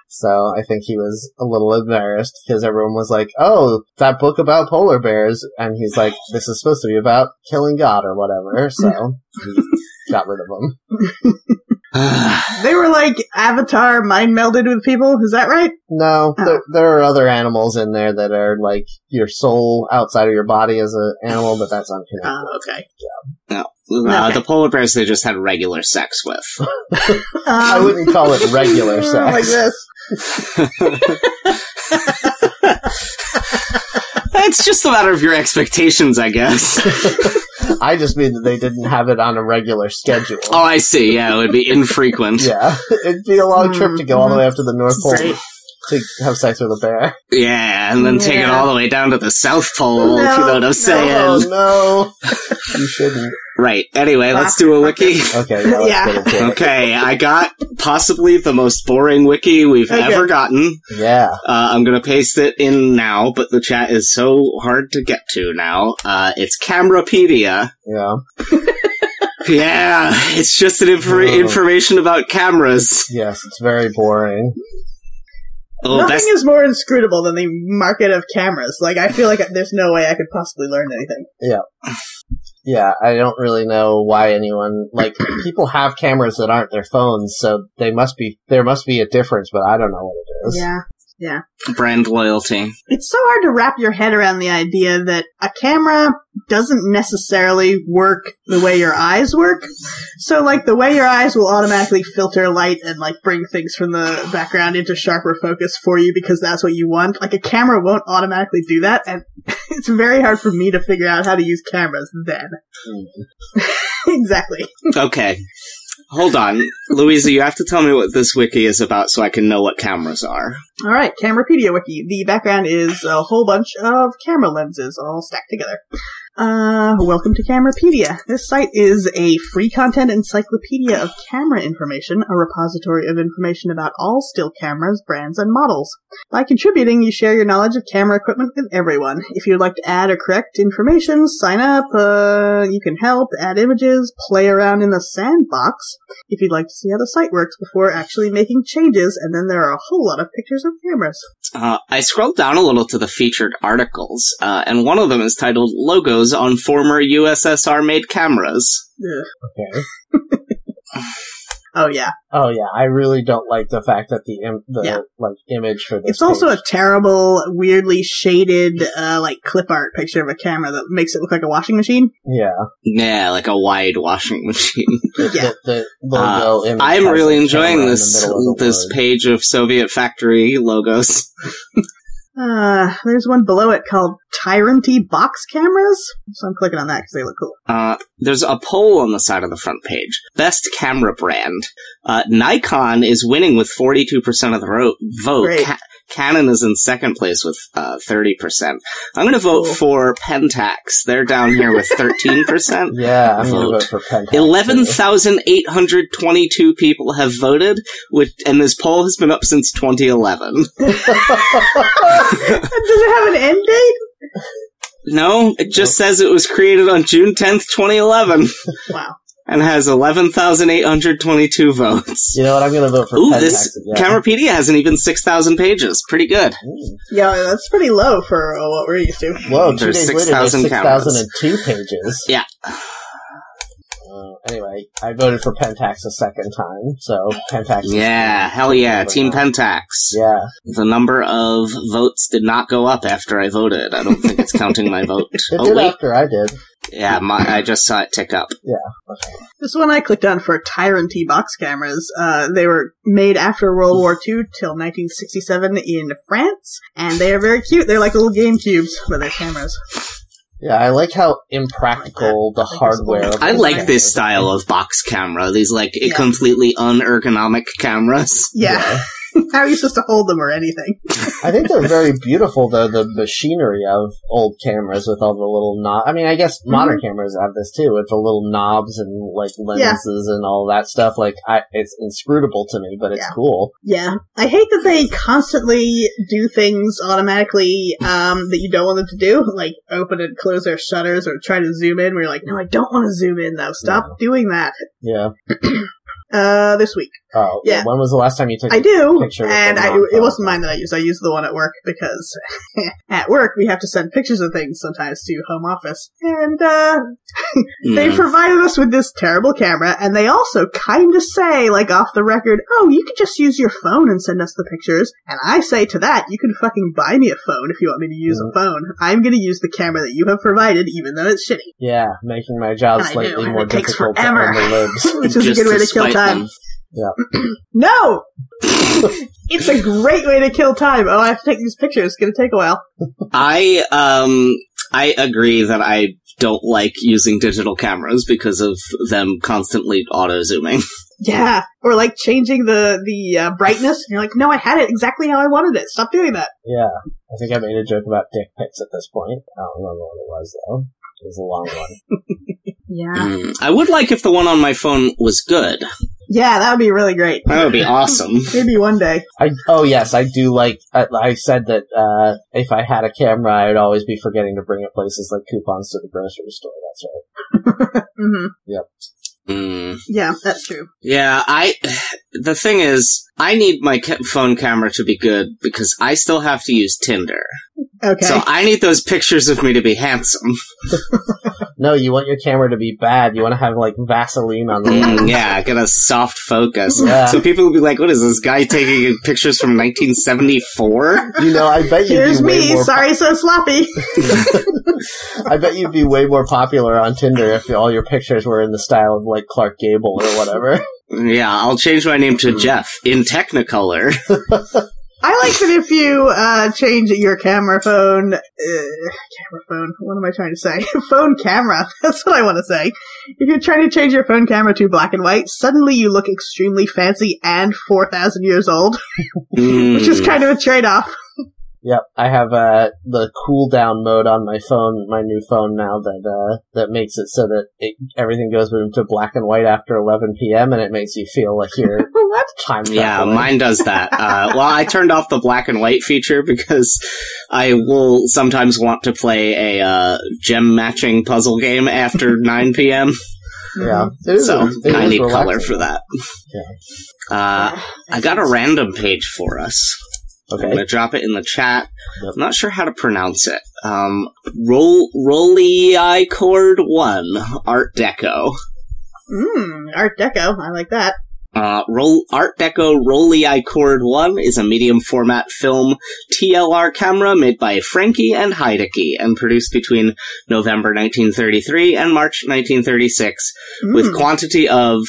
B: So I think he was a little embarrassed because everyone was like, "Oh, that book about polar bears," and he's like, "This is supposed to be about killing God or whatever." So he got rid of him.
D: (laughs)
C: Uh,
D: They were like Avatar mind melded with people. Is that right?
B: No, there, there are other animals in there that are like your soul outside of your body as an animal, but that's not connected.
D: Oh, okay.
C: no. Uh,
D: Okay.
C: The polar bears they just had regular sex with.
D: Um,
B: I wouldn't call it
D: (laughs)
B: regular
D: Like
B: sex.
D: this.
C: it's just a matter of your expectations, I (laughs) guess.
B: I just mean that they didn't have it on a regular schedule.
C: oh, I see. Yeah, it would be
D: (laughs)
C: infrequent. yeah.
B: Yeah, it'd be a long trip to go all the way up to the North Pole
D: Right.
B: to have sex with a
D: (laughs)
B: bear.
C: and then take it
D: Yeah.
C: all the way down to the South Pole, if you know what I'm
D: No,
C: saying.
B: Oh no, you shouldn't.
C: Right. Anyway, let's do a wiki.
B: Okay, yeah, let's
D: Yeah.
B: get into it.
C: Okay, I got possibly the most boring wiki we've
D: Okay.
C: ever gotten.
B: Yeah,
C: Uh, I'm gonna paste it in now, but the chat is so hard to get to now. Uh, it's Camerapedia.
B: yeah,
C: Yeah, it's just an infor-
B: Oh.
C: information about cameras.
B: yes, it's very boring.
C: Oh,
D: Nothing
C: that's
D: is more inscrutable than the market of cameras. Like, I feel like there's no way I could possibly learn anything.
B: Yeah, I don't really know why anyone like (clears throat) people have cameras that aren't their phones, so they must be there must be a difference, but I don't know what it is.
D: Yeah.
C: brand loyalty.
D: It's so hard to wrap your head around the idea that a camera doesn't necessarily work the way your eyes work. So, like, the way your eyes will automatically filter light and, like, bring things from the background into sharper focus for you because that's what you want. Like, a camera won't automatically do that, and (laughs) it's very hard for me to figure out how to use cameras then. (laughs) exactly.
C: Okay. Hold on. Louisa, you have to tell me what this wiki is about so I can know what cameras are.
D: All right, Camerapedia Wiki. The background is a whole bunch of camera lenses all stacked together. Uh, welcome to Camerapedia. This site is a free content encyclopedia of camera information, a repository of information about all still cameras, brands, and models. By contributing, you share your knowledge of camera equipment with everyone. If you'd like to add or correct information, sign up, uh, you can help, add images, play around in the sandbox, if you'd like to see how the site works before actually making changes, and then there are a whole lot of pictures of cameras.
C: Uh, I scrolled down a little to the featured articles, uh, and one of them is titled Logos on Former USSR Made Cameras.
D: Ugh.
B: Okay.
D: Oh yeah,
B: Oh yeah, I really don't like the fact that the Im- the
D: Yeah.
B: like image for this.
D: it's also
B: page-
D: a terrible, weirdly shaded, uh, like clip art picture of a camera that makes it look like a washing machine.
B: yeah.
C: Yeah, like a wide washing (laughs) machine.
D: (laughs) Yeah, Uh,
B: The, the logo image
C: I'm
B: has
C: really
B: a camera
C: enjoying
B: in the
C: this
B: middle of the
C: this
B: word.
C: page of Soviet factory logos.
D: uh, there's one below it called Tyranty Box Cameras. So I'm clicking on that because they look cool. (laughs)
C: Uh, there's a poll on the side of the front page. Best camera brand. Uh, Nikon is winning with 42% of the ro- vote.
D: Great.
C: Ca- Canon is in second place with uh, 30%. I'm going to vote
D: Cool.
C: for Pentax. They're down here
D: (laughs)
C: with 13%.
B: Yeah, I'm gonna
C: Vote.
B: vote for Pentax.
C: 11,822 people have voted, which, and this poll has been up since 2011.
D: Does it have an end date?
C: No, it just says it was created on June 10th, 2011,
D: Wow.
C: and has 11,822 votes.
B: You know what? I'm going to vote for
C: Ooh,
B: Penn
C: this
B: Taxi- yeah.
C: Camerapedia hasn't even 6,000 pages. Pretty good.
B: Ooh.
D: Yeah, that's pretty low for uh, what we're used to.
B: Mm. Whoa, two
C: There's
B: days later,
C: 6,000
B: there's 6,002 pages.
C: Yeah.
B: Uh, anyway, I voted for Pentax a second time, so Pentax. is-
C: Yeah, hell yeah.
B: Right
C: Team
B: now.
C: Pentax.
B: Yeah.
C: The number of votes did not go up after I voted. I don't think it's counting my
D: (laughs)
C: vote.
B: It
C: Oh,
B: did
C: wait.
B: after I did.
C: Yeah, my, I just saw it tick up.
D: This one I clicked on for Tyrant box cameras. Uh, they were made after World War II till 1967 in France, and they are very cute. They're like little game cubes, but they're cameras.
B: Yeah, I like how impractical the hardware. of
C: I
B: this
C: like
B: thing
C: this
B: is.
C: style of box camera. These, like,
D: Yeah.
C: completely unergonomic cameras.
D: Yeah. How are you supposed to hold them or anything?
B: I think
D: (laughs)
B: they're very beautiful, though, the machinery of old cameras with all the little knobs. I mean, I guess
D: Mhm.
B: modern cameras have this too, with the little knobs and, like, lenses and all that stuff. Like, I, it's inscrutable to me, but it's
D: Yeah.
B: cool.
D: Yeah. I hate that they constantly do things automatically um, that you don't want them to do, like open and close their shutters or try to zoom in where you're like, no, I don't want to zoom in though. Stop doing that.
B: Yeah.
D: Uh, this week.
B: Oh,
D: Yeah.
B: When was the last time you took
D: I do,
B: picture with
D: and
B: the
D: I,
B: mom
D: it
B: photo.
D: wasn't mine that I used. I used the one at work because (laughs) at work we have to send pictures of things sometimes to home office, and uh, (laughs) they
C: Mm.
D: (laughs) provided us with this terrible camera, and they also kind of say, like off the record, "Oh, you can just use your phone and send us the pictures." And I say to that, "You can fucking buy me a phone if you want me to use a phone. I'm going to use the camera that you have provided, even though it's shitty." (laughs)
B: Yeah, making my job
D: I know,
B: slightly
D: and
B: more
D: it takes
B: difficult
D: forever.
B: to earn the
D: (laughs)
B: libs.
D: Which is
C: Just
D: a good way to kill
C: spite
D: time.
C: them.
D: No! it's a great way to kill time. Oh, I have to take these pictures. It's going to take a while.
C: I um I agree that I don't like using digital cameras because of them constantly auto zooming.
D: Yeah, or like changing the the uh, brightness, and you're like, no, I had it exactly how I wanted it. Stop doing that.
B: Yeah, I think I made a joke about dick pics at this point. I don't remember what it was though. It was a long one.
D: Yeah,
C: Hmm, I would like if the one on my phone was good.
D: yeah, that would be really great.
C: That
D: (laughs)
C: would be awesome.
D: Maybe one day.
B: I oh yes, I do like. I, I said that uh, if I had a camera, I would always be forgetting to bring it places like coupons to the grocery store. That's right.
D: hmm
C: Mm.
D: Yeah, that's true.
C: Yeah, I. (sighs) The thing is, I need my ca- phone camera to be good because I still have to use Tinder.
D: Okay,
C: So I need those pictures of me to be
D: (laughs)
C: handsome.
B: No, you want your camera to be bad. You want to have like Vaseline (laughs) on the.
C: Mm, yeah, get a soft focus.
B: Yeah.
C: So people will be like, "What is this guy taking (laughs) pictures from 1974?"
B: (laughs) You know, I bet you'd
D: here's
B: be way
D: me.
B: more.
D: Sorry, so
B: (laughs)
D: sloppy.
B: I bet you'd be way more popular on Tinder if all your pictures were in the style of like Clark Gable or whatever. (laughs)
C: Yeah, I'll change my name to Jeff in Technicolor.
D: I like that if you uh, change your camera phone, uh, camera phone. What am I trying to say? (laughs) phone camera. (laughs) That's what I want to say. If you're trying to change your phone camera to black and white, suddenly you look extremely fancy and four thousand years old, which
C: Hmm.
B: Hmm.
D: is kind of a trade off.
B: Yep, I have uh, the cool down mode on my phone, my new phone now that uh, that makes it so that it, everything goes into black and white after 11 p.m. and it makes you feel like you're
D: (laughs) what?
B: time
C: yeah,
B: traveling.
C: mine does that. Uh, well, I turned off the black and white feature because I will sometimes want to play a uh, gem matching puzzle game
B: (laughs)
C: after 9 p.m.
B: yeah, it is,
C: so
B: it
C: I
B: is
C: need color
B: relaxing.
C: for that. Uh, I got a random page for us. I'm
B: Okay,
C: gonna drop it in the chat.
B: Yep.
C: I'm not sure how to pronounce it. Um, roll, Rolly Cord One Art Deco.
D: Mm, Art Deco. I like that.
C: Uh, Roll, Art Deco Rolly Cord 1 is a medium format film TLR camera made by Frankie and Heidecke and produced between November 1933 and March 1936
D: Mm.
B: Hmm.
C: with quantity of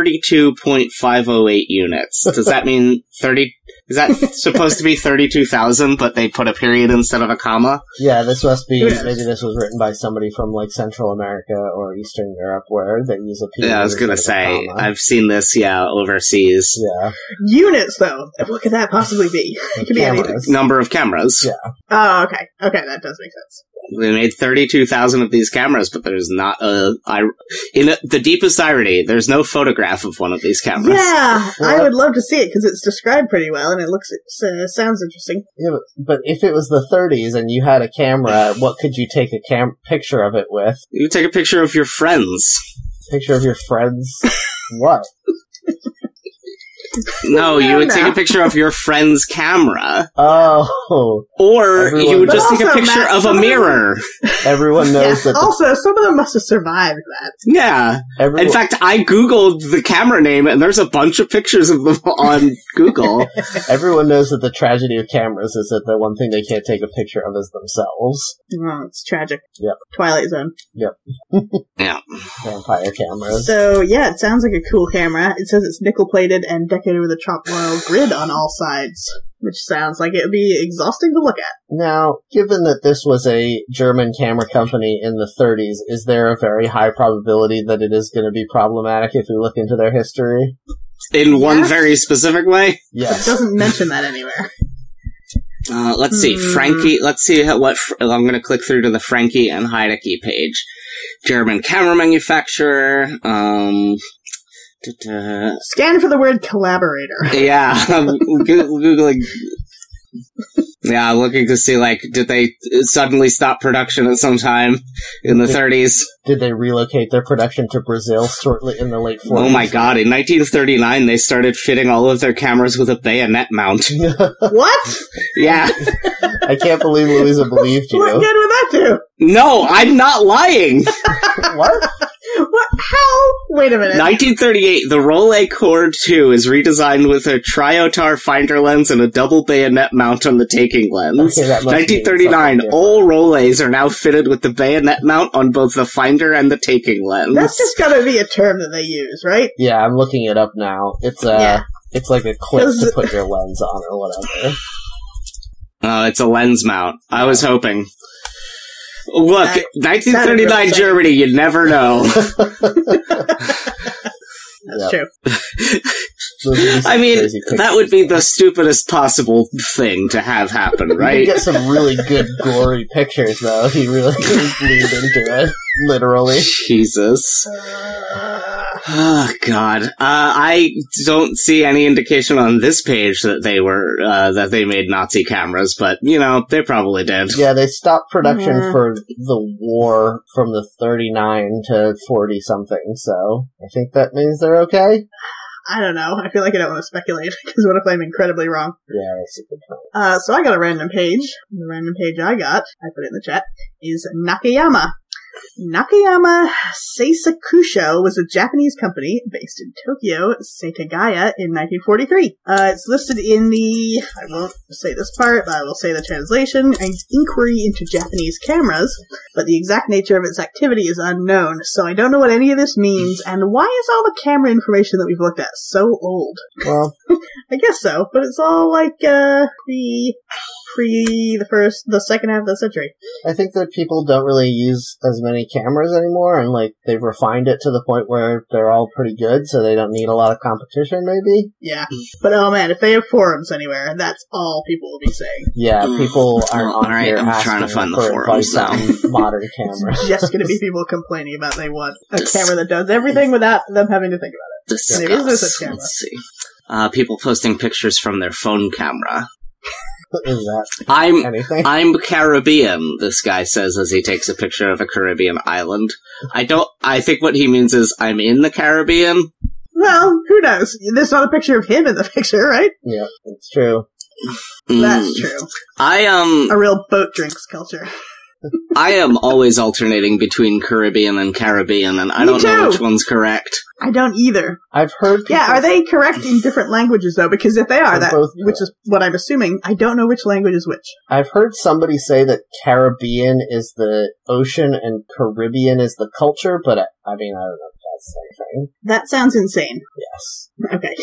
C: 32.508 units. Does that mean 30? Is
B: (laughs)
C: that supposed to be 32,000, but they put a period instead of a comma?
B: yeah, this must be
D: Yes.
B: maybe this was written by somebody from like Central America or Eastern Europe where they use a P.
C: Yeah, I was gonna
B: instead of a
C: say,
B: comma.
C: I've seen this, yeah, overseas.
D: (laughs)
B: yeah,
D: units, though. What could that possibly be? It could be anything.
B: cameras.
C: Number of cameras.
B: Yeah.
D: Oh, okay. Okay, that does make sense.
C: They made 32,000 of these cameras, but there's not a, I, in a, the deepest irony, there's no photograph of one of these cameras.
D: Yeah,
B: Well,
D: I
B: that-
D: would love to see it because it's described pretty well and it looks it uh, sounds interesting.
B: Yeah, but- but if it was the 30s and you had a camera, what could you take a cam- picture of it with?
C: You take a picture of your
D: (laughs)
C: friends.
B: Picture of your
C: (laughs)
B: friends? what?
C: No, you would
D: No.
C: take a picture of your friend's camera.
B: Oh,
C: Or you
B: Everyone-
C: would
B: But
C: just take a
D: also,
C: picture
D: Matt,
C: of a
D: some of them-
C: mirror.
B: everyone knows
D: Yeah. (laughs)
B: that. The,
D: Also, some of them must have survived that.
C: Yeah.
B: everyone,
C: In fact, I googled the camera name, and there's a bunch of pictures of them (laughs) on
D: (laughs)
C: Google.
B: everyone knows that the tragedy of cameras is that the one thing they can't take a picture of is themselves.
D: Oh, it's tragic.
B: Yep.
D: Twilight Zone.
B: Vampire cameras.
D: So yeah, it sounds like a cool camera. It says it's nickel plated and decorated with a chop-royal grid on all sides, which sounds like it would be exhausting to look at.
B: Now, given that this was a German camera company in the 30s, is there a very high probability that it is going to be problematic if we look into their history?
C: In one
D: Yes.
C: very specific way.
D: It
B: Yes.
D: doesn't mention that anywhere.
C: Uh, let's see,
D: Hmm.
C: Frankie. Let's see how, what fr- I'm going to click through to the Frankie and Heidecke page. German camera manufacturer. Um, da-da.
D: Scan for the word collaborator.
C: yeah, (laughs) I'm goo- googling. Yeah, I'm looking to see like, did they suddenly stop production at some time in the 30s?
B: Did they relocate their production to Brazil shortly in the late 40s?
C: Oh my god, in 1939 they started fitting all of their cameras with a bayonet mount. (laughs)
D: what?
C: yeah.
B: (laughs) I can't believe Louisa believed
D: What good would
B: you.
D: that do?
C: No, I'm not lying.
B: what?
D: What? How? Wait a minute.
C: 1938, the Rolleicorde 2 is redesigned with a triotar finder lens and a double bayonet mount on the taking lens.
B: Okay, that must mean something
C: 1939,
B: different.
C: all Rollei's are now fitted with the bayonet mount on both the finder and the taking lens.
D: That's just gotta be a term that they use, right?
B: Yeah, I'm looking it up now. It's uh
D: Yeah.
B: it's like a clip
D: Those-
B: to put your lens on or
D: (laughs)
B: whatever.
C: Oh, it's a lens mount. I was hoping. Look,
D: That-
C: 1939
D: really
C: Germany, you never know.
B: Yeah.
D: That's true.
B: Those are just
C: I mean,
B: crazy
C: that
B: pictures.
C: would be the stupidest possible thing to have happen,
B: You
C: right?
B: get some really good gory pictures though. (laughs) He really leaned into it. Literally.
C: Jesus. Oh, God. Uh, I don't see any indication on this page that they were, uh, that they made Nazi cameras, but, you know, they probably did.
B: Yeah, they stopped production
D: Mhm.
B: for the war from the 39 to 40 something, so I think that means they're okay.
D: I don't know. I feel like I don't want to speculate (laughs) because what if I'm incredibly wrong?
B: Yeah, that's a good point.
D: Uh, so I got a random page. The random page I got, I put it in the chat, is Nakayama. Nakayama Seisakusho was a Japanese company based in Tokyo, Setagaya, in 1943. Uh, it's listed in the, I won't say this part, but I will say the translation, an inquiry into Japanese cameras, but the exact nature of its activity is unknown, so I don't know what any of this means, and why is all the camera information that we've looked at so old?
B: Well,
D: I guess so, but it's all like uh pre pre the first the second half of the century.
B: I think that people don't really use as many cameras anymore, and like they've refined it to the point where they're all pretty good, so they don't need a lot of competition. Maybe,
D: Yeah. But oh man, if they have forums anywhere, that's all people will be saying.
B: yeah,
C: Mm.
B: people are
C: Well,
B: on
C: alright,
B: here
C: I'm
B: asking
C: trying to find the
B: for
C: forums
B: advice on modern cameras. (laughs)
D: It's just gonna be people complaining about they want a
C: Just-
D: camera that does everything without them having to think about
C: Discuss.
D: Maybe this is a camera.
C: Let's see. Uh, people posting pictures from their phone camera.
B: Is that
D: (laughs)
C: I'm,
B: anything?
C: I'm Caribbean, this guy says as he takes a picture of a Caribbean island. I don't, I think what he means is I'm in the Caribbean.
D: it. Well, who knows? There's not a picture of him in the (laughs) picture, right?
B: yeah, it's true.
C: Mm.
D: That's true.
C: I, um,
D: A real boat drinks culture.
C: I am always alternating between Caribbean and Caribbean, and I
D: Me
C: don't know
D: too.
C: which one's correct.
D: I don't either.
B: I've heard. People,
D: Yeah, are they correct in different languages though? Because if they are,
B: They're
D: that
B: both
D: which is what I'm assuming, I don't know which language is which.
B: I've heard somebody say that Caribbean is the ocean and Caribbean is the culture, but I, I mean, I don't know if that's the same thing.
D: That sounds insane.
B: Yes,
D: Okay.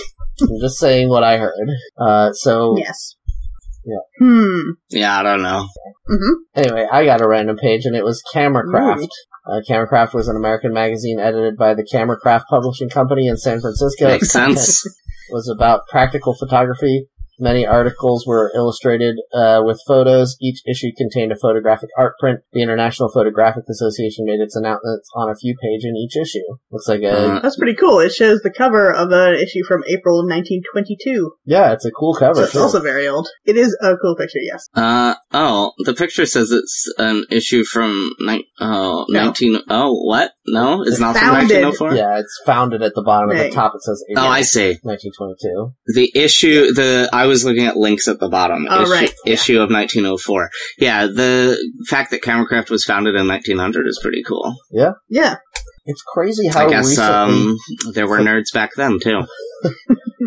B: I'm just saying what I heard. Uh, so
D: Yes.
B: Yeah.
D: Hmm.
C: Yeah, I don't know.
D: Mm-hmm.
B: Anyway, I got a random page, and it was Cammercraft. Uh, Cammercraft was an American magazine edited by the (laughs) Cammercraft Publishing Company in San Francisco.
C: Makes
B: Its content
C: sense.
B: Was about practical photography, Many articles were illustrated uh, with photos. Each issue contained a photographic art print. The International Photographic Association made its announcements on a few page in each issue. Looks like a
C: Uh,
D: That's pretty cool. It shows the cover of an issue from April of 1922.
B: yeah, it's a cool
D: So
B: cover.
D: it's
B: too.
D: also very old. It is a cool picture, yes.
C: uh, oh, the picture says it's an issue from ni- oh,
D: No.
C: 19 oh, what? No, it's not from
D: Founded.
C: 1904?
B: Yeah, it's founded at the bottom at
D: Right.
B: the top. It says
C: Oh, I see.
B: 1922.
C: The issue, the I was looking at links at the bottom.
D: Oh,
C: issue,
D: right.
C: issue of 1904. Yeah, the fact that Cameracraft was founded in 1900 is pretty cool.
D: Yeah.
B: It's crazy how
C: I guess
B: recently.
C: um, there were nerds back then too.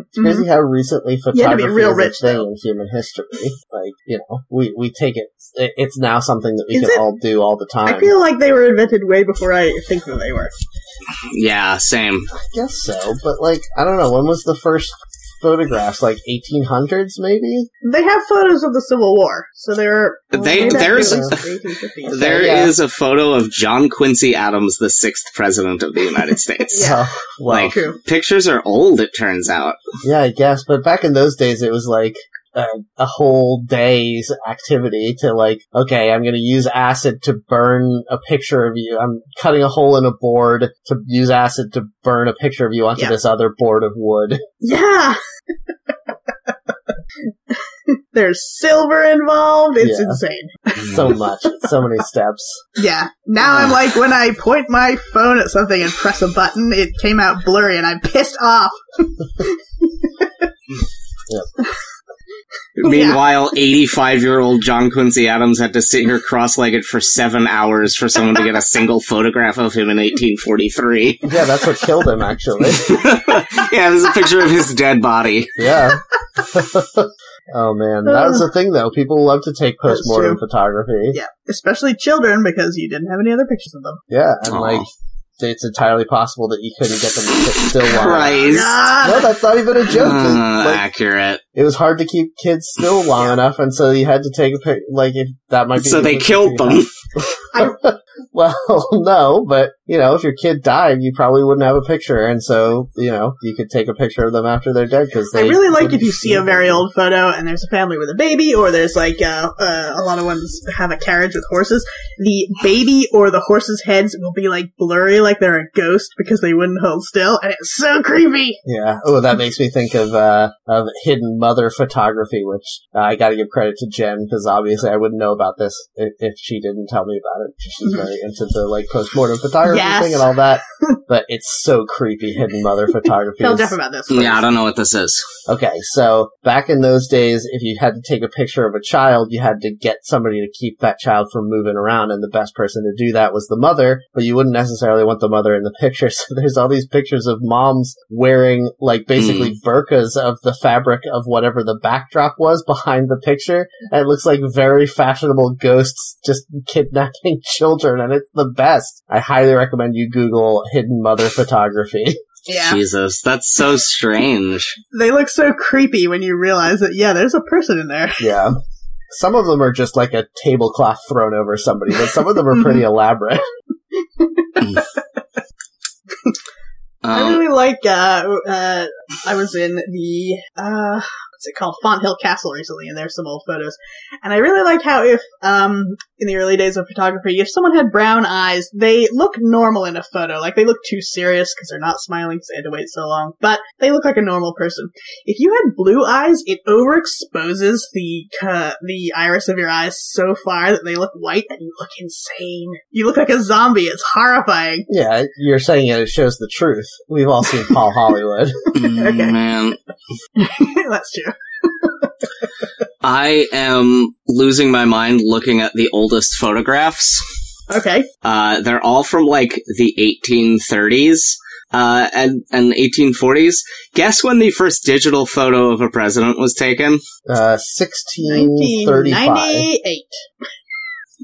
B: It's
D: Mhm.
B: crazy how recently
D: You had to
B: photography
D: be real
B: is
D: rich,
B: a thing in human history. Like you know, we we take it. it- It's now something that we
D: Is
B: can
D: it-
B: all do all the time.
D: I feel like they were invented way before I think that they were.
C: Yeah, same.
B: I guess so, but like I don't know. When was the first photographs? Like 1800s, maybe.
D: They have photos of the Civil War, so they're
C: They-
D: maybe that's
C: there's-
D: at least 1850s.
C: There is
B: yeah.
C: a photo of John Quincy Adams, the sixth president of the United (laughs) States.
D: Yeah.
B: So, well,
C: Like-
D: True.
C: Pictures are old, it turns out.
B: yeah, I guess. But back in those days, it was like. A, a whole day's activity to like, okay, I'm gonna use acid to burn a picture of you. I'm cutting a hole in a board to use acid to burn a picture of you onto
D: Yeah.
B: this other board of wood. (laughs)
D: Yeah. (laughs) There's silver involved. It's
B: Yeah.
D: insane.
B: so much, so many steps.
D: Yeah. Now I'm like when I point my phone at something and press a button, it came out blurry and I'm pissed off.
C: (laughs) Meanwhile, 85 year old John Quincy Adams had to sit here cross legged for seven hours for someone to get a single
D: (laughs)
C: photograph of him in 1843.
B: Yeah, that's what killed him, actually.
C: yeah, there's a picture of his dead
D: (laughs)
C: body.
B: Yeah. oh man, that was the thing though. People love to take
D: That's
B: postmortem
D: true.
B: photography.
D: Yeah. Especially children because you didn't have any other pictures of them.
B: Yeah, and
C: Aw.
B: like, it's entirely possible that you couldn't get them to sit still while.
C: Christ.
B: No,
D: Ah,
B: that's not even a joke.
C: Uh,
B: like,
C: accurate.
B: it was hard to keep kids
D: (laughs)
B: still long enough, and so you had to take a pic. Like, if that might be
C: So they
B: the-
C: killed them.
B: (laughs) Well, no, but you know, if your kid died, you probably wouldn't have a picture, and so you know, you could take a picture of them after they're dead because
D: I really like if you see a very old photo and there's a family with a baby, or there's like uh, uh, a lot of ones have a carriage with horses. The baby or the horse's heads will be like blurry, like they're a ghost because they wouldn't hold still, and it's so creepy.
B: Yeah. Oh, that makes me think of uh, of hidden mother photography, which uh, I got to give credit to Jen because obviously I wouldn't know about this if, if she didn't tell me about it. She's very into the like postmortem photography
D: Yes.
B: thing and all that, but it's so creepy. Hidden mother photography.
D: Tell
B: is-
D: Jeff about this. please.
C: Yeah, I don't know what this is.
B: Okay, so back in those days, if you had to take a picture of a child, you had to get somebody to keep that child from moving around, and the best person to do that was the mother, but you wouldn't necessarily want the mother in the picture, (laughs) so there's all these pictures of moms wearing, like, basically burkas of the fabric of whatever the backdrop was (laughs) behind the picture, and it looks like very fashionable ghosts just kidnapping (laughs) children, and it's the best. I highly recommend you Google hidden mother photography.
D: Yeah.
C: Jesus, that's so strange.
D: They look so creepy when you realize that, yeah, there's a person in there.
B: Yeah. Some of them are just like a tablecloth thrown over somebody, but some of them are
D: (laughs)
B: pretty elaborate.
D: I
C: Um,
D: really like, uh, uh, I was in the, uh, what's it called? Font Hill Castle recently, and there's some old photos. And I really like how if, um, in the early days of photography, if someone had brown eyes, they look normal in a photo. Like, they look too serious because they're not smiling because they had to wait so long, but they look like a normal person. If you had blue eyes, it overexposes the, uh, the iris of your eyes so far that they look white and you look insane. You look like a zombie. It's horrifying. (laughs)
B: Yeah, you're saying it shows the truth. We've all seen
D: (laughs)
B: Paul Hollywood.
C: (laughs)
D: okay.
C: Man,
D: That's true.
C: I am losing my mind looking at the oldest photographs.
D: Okay.
C: Uh, they're all from like the 1830s uh, and, and 1840s. Guess when the first digital photo of a president was taken?
B: Uh, 1635.
D: 1998.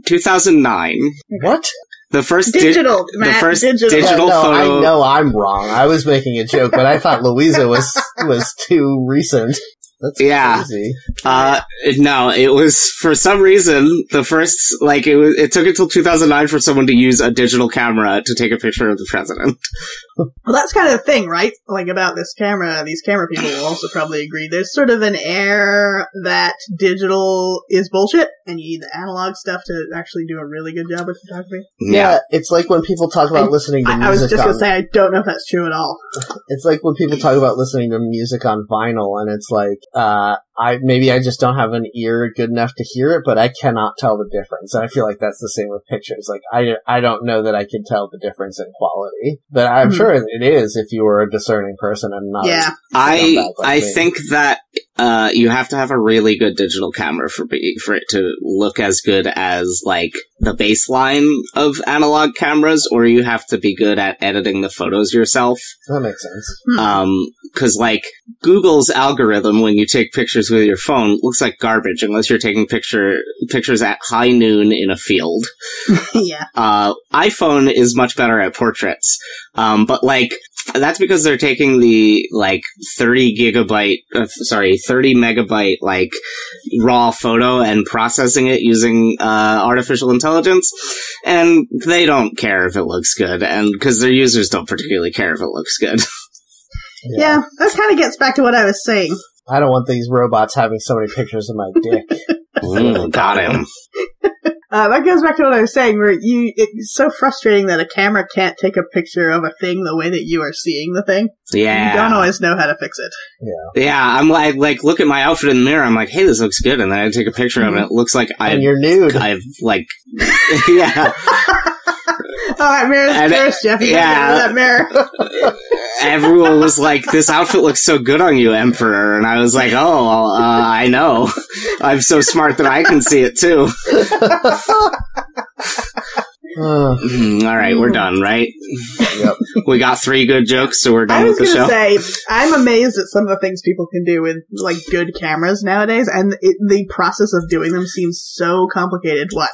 C: 2009.
B: What?
C: The first di-
D: Digital, Matt,
C: first
D: digital.
B: Yeah,
C: digital-
B: no,
C: photo-
B: I know I'm wrong. I was making a joke, but I
D: (laughs)
B: thought Louisa was was too recent. That's
C: Yeah.
B: crazy.
C: Uh, no, it was for some reason the first like it was. It took until 2009 for someone to use a digital camera to take a picture of the president.
D: Well, that's kind of the thing, right? Like about this camera, these camera people will also probably agree. There's sort of an air that digital is bullshit, and you need the analog stuff to actually do a really good job with photography.
B: Yeah, it's like when people talk about
D: I-
B: listening to music.
D: I, I was just
B: on,
D: gonna say, I don't know if that's true at all.
B: it's like when people talk about listening to music on vinyl, and it's like, uh, I maybe I just don't have an ear good enough to hear it, but I cannot tell the difference. And I feel like that's the same with pictures. Like I, I don't know that I can tell the difference in quality, but I'm
D: Mhm.
B: sure it is if you were a discerning person and not.
D: yeah,
C: I
B: Scumbag like
C: I
B: me.
C: think that uh, you have to have a really good digital camera for be, for it to look as good as like the baseline of analog cameras, or you have to be good at editing the photos yourself.
B: That makes sense.
D: Hmm.
C: Um, because like Google's algorithm when you take pictures with your phone looks like garbage unless you're taking picture pictures at high noon in a field
D: (laughs) yeah.
C: uh, iPhone is much better at portraits. Um, but like, that's because they're taking the like 30 gigabyte, uh, f- sorry, 30 megabyte like raw photo and processing it using uh, artificial intelligence, and they don't care if it looks good, and because their users don't particularly care if it looks good.
D: yeah, That kind of gets back to what I was saying.
B: I don't want these robots having so many pictures of my dick.
C: Ooh, got him.
D: Uh, that goes back to what I was saying, where you it's so frustrating that a camera can't take a picture of a thing the way that you are seeing the thing.
C: Yeah.
D: You don't always know how to fix it.
C: yeah, I'm like, like, look at my outfit in the mirror. I'm like, hey, this looks good. And then I take a picture of it. It looks like
B: and
C: (laughs) (laughs) I,
B: you're nude.
C: I've like, yeah.
D: All right, mirrors,
C: And-
D: mirrors, Jeff. You yeah,
C: yeah.
D: that mirror.
C: everyone was like, "This outfit looks so good on you, Emperor," and I was like, "Oh, uh, I know. I'm so smart that I can see it too."
B: Ugh.
C: Mm, All right, we're done, right?
B: Yep.
C: We got three good jokes, so we're
D: I
C: done
D: was
C: with the
D: gonna
C: show.
D: say, I'm amazed at some of the things people can do with like good cameras nowadays, and it, the process of doing them seems so complicated. What?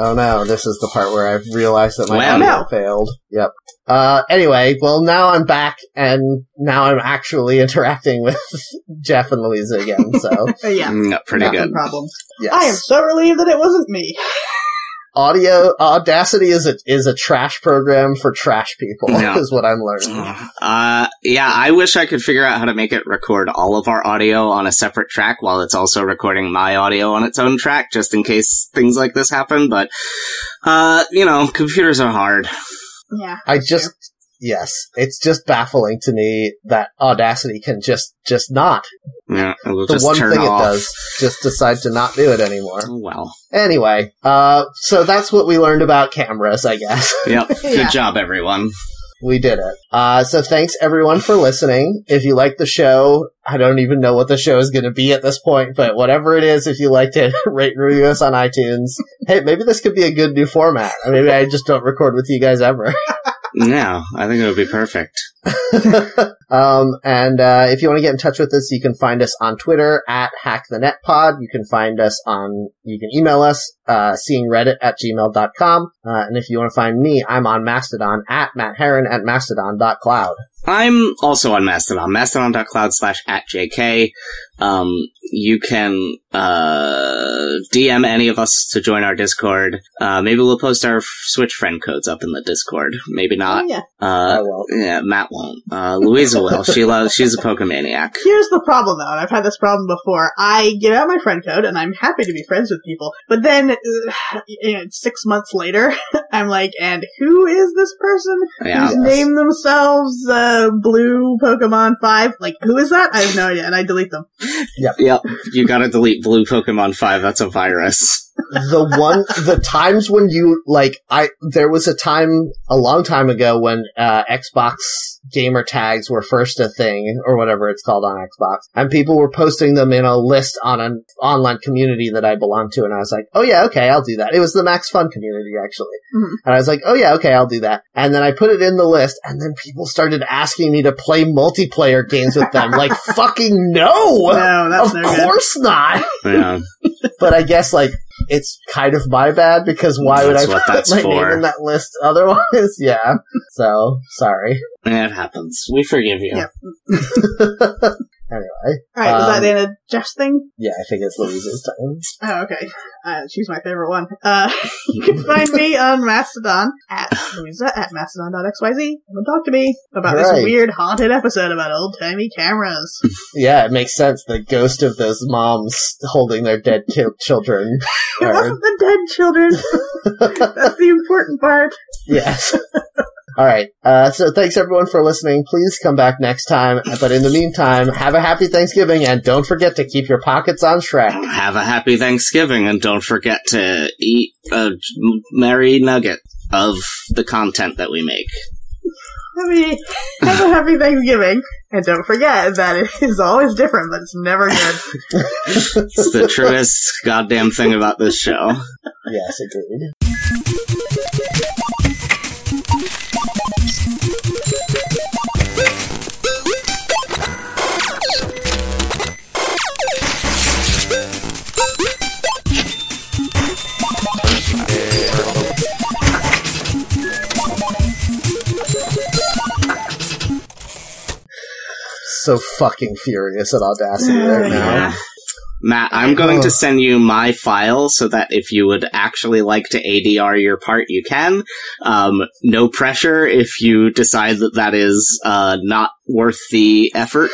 B: Oh no, this is the part where I realized that my
C: Wow.
B: audio
D: No.
B: failed. Yep. Uh, anyway, well now I'm back and now I'm actually (laughs) interacting with Jeff and Louisa again,
D: (laughs)
B: so
D: Uh, yeah,
C: Mm, pretty
B: Yeah.
C: good.
D: problems.
B: yes.
D: I am so relieved that it wasn't me.
B: Audio Audacity is a is a trash program for trash people
C: Yeah.
B: (laughs) is what I'm learning.
C: Uh, yeah, I wish I could figure out how to make it record all of our audio on a separate track while it's also recording my audio on its own track, just in case things like this happen. But, uh, you know, computers are hard.
D: Yeah,
B: I just yes, it's just baffling to me that Audacity can just just not.
C: Yeah, we'll
B: The
C: just
B: one
C: turn
B: thing
C: off.
B: it does just decide to not do it anymore.
C: Oh, well.
B: Anyway, uh so that's what we learned about cameras, I guess.
C: Yep.
D: Yeah.
C: Good job, everyone.
B: We did it. Uh, so thanks everyone for listening. If you like the show, I don't even know what the show is going to be at this point, but whatever it is, if you liked it, (laughs) rate and review us on iTunes. Hey, maybe this could be a good new format. Or Maybe I just don't record with you guys ever. (laughs)
C: Yeah, I think it would be perfect.
B: um, and uh, if you want to get in touch with us, you can find us on Twitter at HackTheNetPod. You can find us on, you can email us, uh, seeingreddit at gmail.com. Uh, and if you want to find me, I'm on Mastodon at Matt Heron at mastodon.cloud.
C: I'm also on Mastodon, mastodon.cloud slash at JK. Um, you can, uh, DM any of us to join our Discord. Uh, maybe we'll post our Switch friend codes up in the Discord. Maybe not.
D: yeah.
B: I
C: Uh,
B: will.
C: yeah, Matt won't. Uh, Louisa will. She loves, she's a Pokemaniac.
D: Here's the problem though, and I've had this problem before. I give out my friend code, and I'm happy to be friends with people, but then (sighs) uh, you know, six months later, (laughs) I'm like, and who is this person?
C: Yeah.
D: who's
B: Yes.
D: named themselves uh, Blue Pokemon Five. Like, who is that? I have no idea, and I delete them.
C: Yep. You gotta delete blue Pokemon 5. That's a virus.
B: the one the times when you like i there was a time a long time ago when uh xbox gamer tags were first a thing or whatever it's called on xbox and people were posting them in a list on an online community that i belong to and i was like oh yeah okay i'll do that it was the max fun community actually
D: Mhm.
B: and i was like oh yeah okay i'll do that and then i put it in the list and then people started asking me to play multiplayer games with them like (laughs) fucking no
D: no, that's
B: of
D: no good.
B: course not
C: Yeah.
B: but I guess like it's kind of my bad because why would
C: That's
B: I
C: what
B: put
C: that's
B: my
C: for.
B: name in that list otherwise? (laughs) yeah. So sorry.
C: It happens. We forgive you.
D: Yep.
B: Anyway,
D: Alright, is that
B: Um,
D: Anna Jeff's thing?
B: yeah, I think it's Louise's time.
D: Oh, okay. Uh, she's my favorite one. Uh, (laughs) you can find me on Mastodon at Louisa at mastodon.xyz. Come talk to me about
B: Right.
D: this weird haunted episode about old timey
B: (laughs)
D: cameras.
B: Yeah, it makes sense. The ghost of those moms holding their dead ki-
C: (laughs)
B: children.
D: it
B: Are,
D: wasn't the
B: (laughs)
D: dead children. That's the important part.
B: yes. (laughs) All right. Uh, so thanks everyone for listening. Please come back next time. But in the meantime, have a happy Thanksgiving and don't forget to keep your pockets on Shrek.
C: Have a happy Thanksgiving and don't forget to eat a merry nugget of the content that we make.
D: Happy, have a happy Thanksgiving. And don't forget that it is always different, but it's never good.
C: It's the truest goddamn thing about this show.
B: Yes, agreed. So fucking furious at
C: (sighs)
B: Audacity right now.
D: Yeah.
C: Uh, Matt, I'm going to send you my file so that if you would actually like to ADR your part, you can. Um, no pressure if you decide that that is uh, not worth the effort.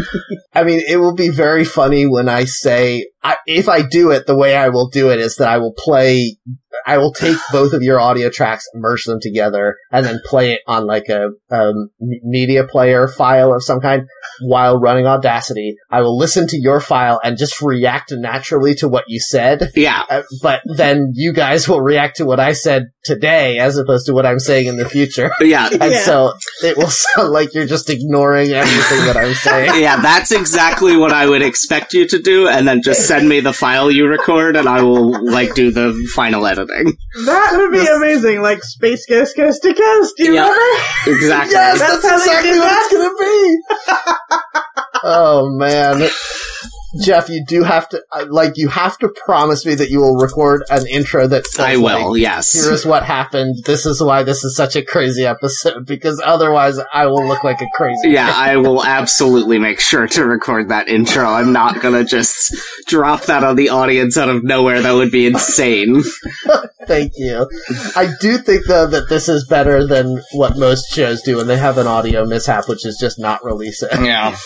C: (laughs)
B: I mean, it will be very funny when I say, I, if I do it, the way I will do it is that I will play, I will take both of your audio tracks, merge them together, and then play it on like a um, m- media player file of some kind while running Audacity. I will listen to your file and just react naturally to what you said.
C: yeah,
B: Uh, but then you guys will react to what I said today as opposed to what I'm saying in the future. (laughs)
C: yeah,
B: And
D: Yeah.
B: so it will (laughs) sound like you're just ignoring everything that I'm saying.
C: (laughs) yeah. That's exactly what I would expect you to do, and then just send me the file you record, and I will like do the final editing.
D: That would be amazing, like Space Ghost Coast to Coast. Do you
C: Yeah.
D: remember? (laughs)
C: Exactly.
B: Yes,
D: That's
B: that's,
D: how
B: exactly
D: they did
B: what it's gonna be.
D: (laughs)
B: oh man, Jeff, you do have to I- like you have to promise me that you will record an intro that says,
C: I will.
B: Like,
C: yes.
B: Here is what happened. This is why this is such a crazy episode because otherwise I will look like a crazy.
C: Yeah, I will absolutely make sure to record that intro. I'm not gonna just drop that on the audience out of nowhere. That would be insane.
B: Thank you. I do think though that this is better than what most shows do when they have an audio mishap, which is just not release it.
C: Yeah.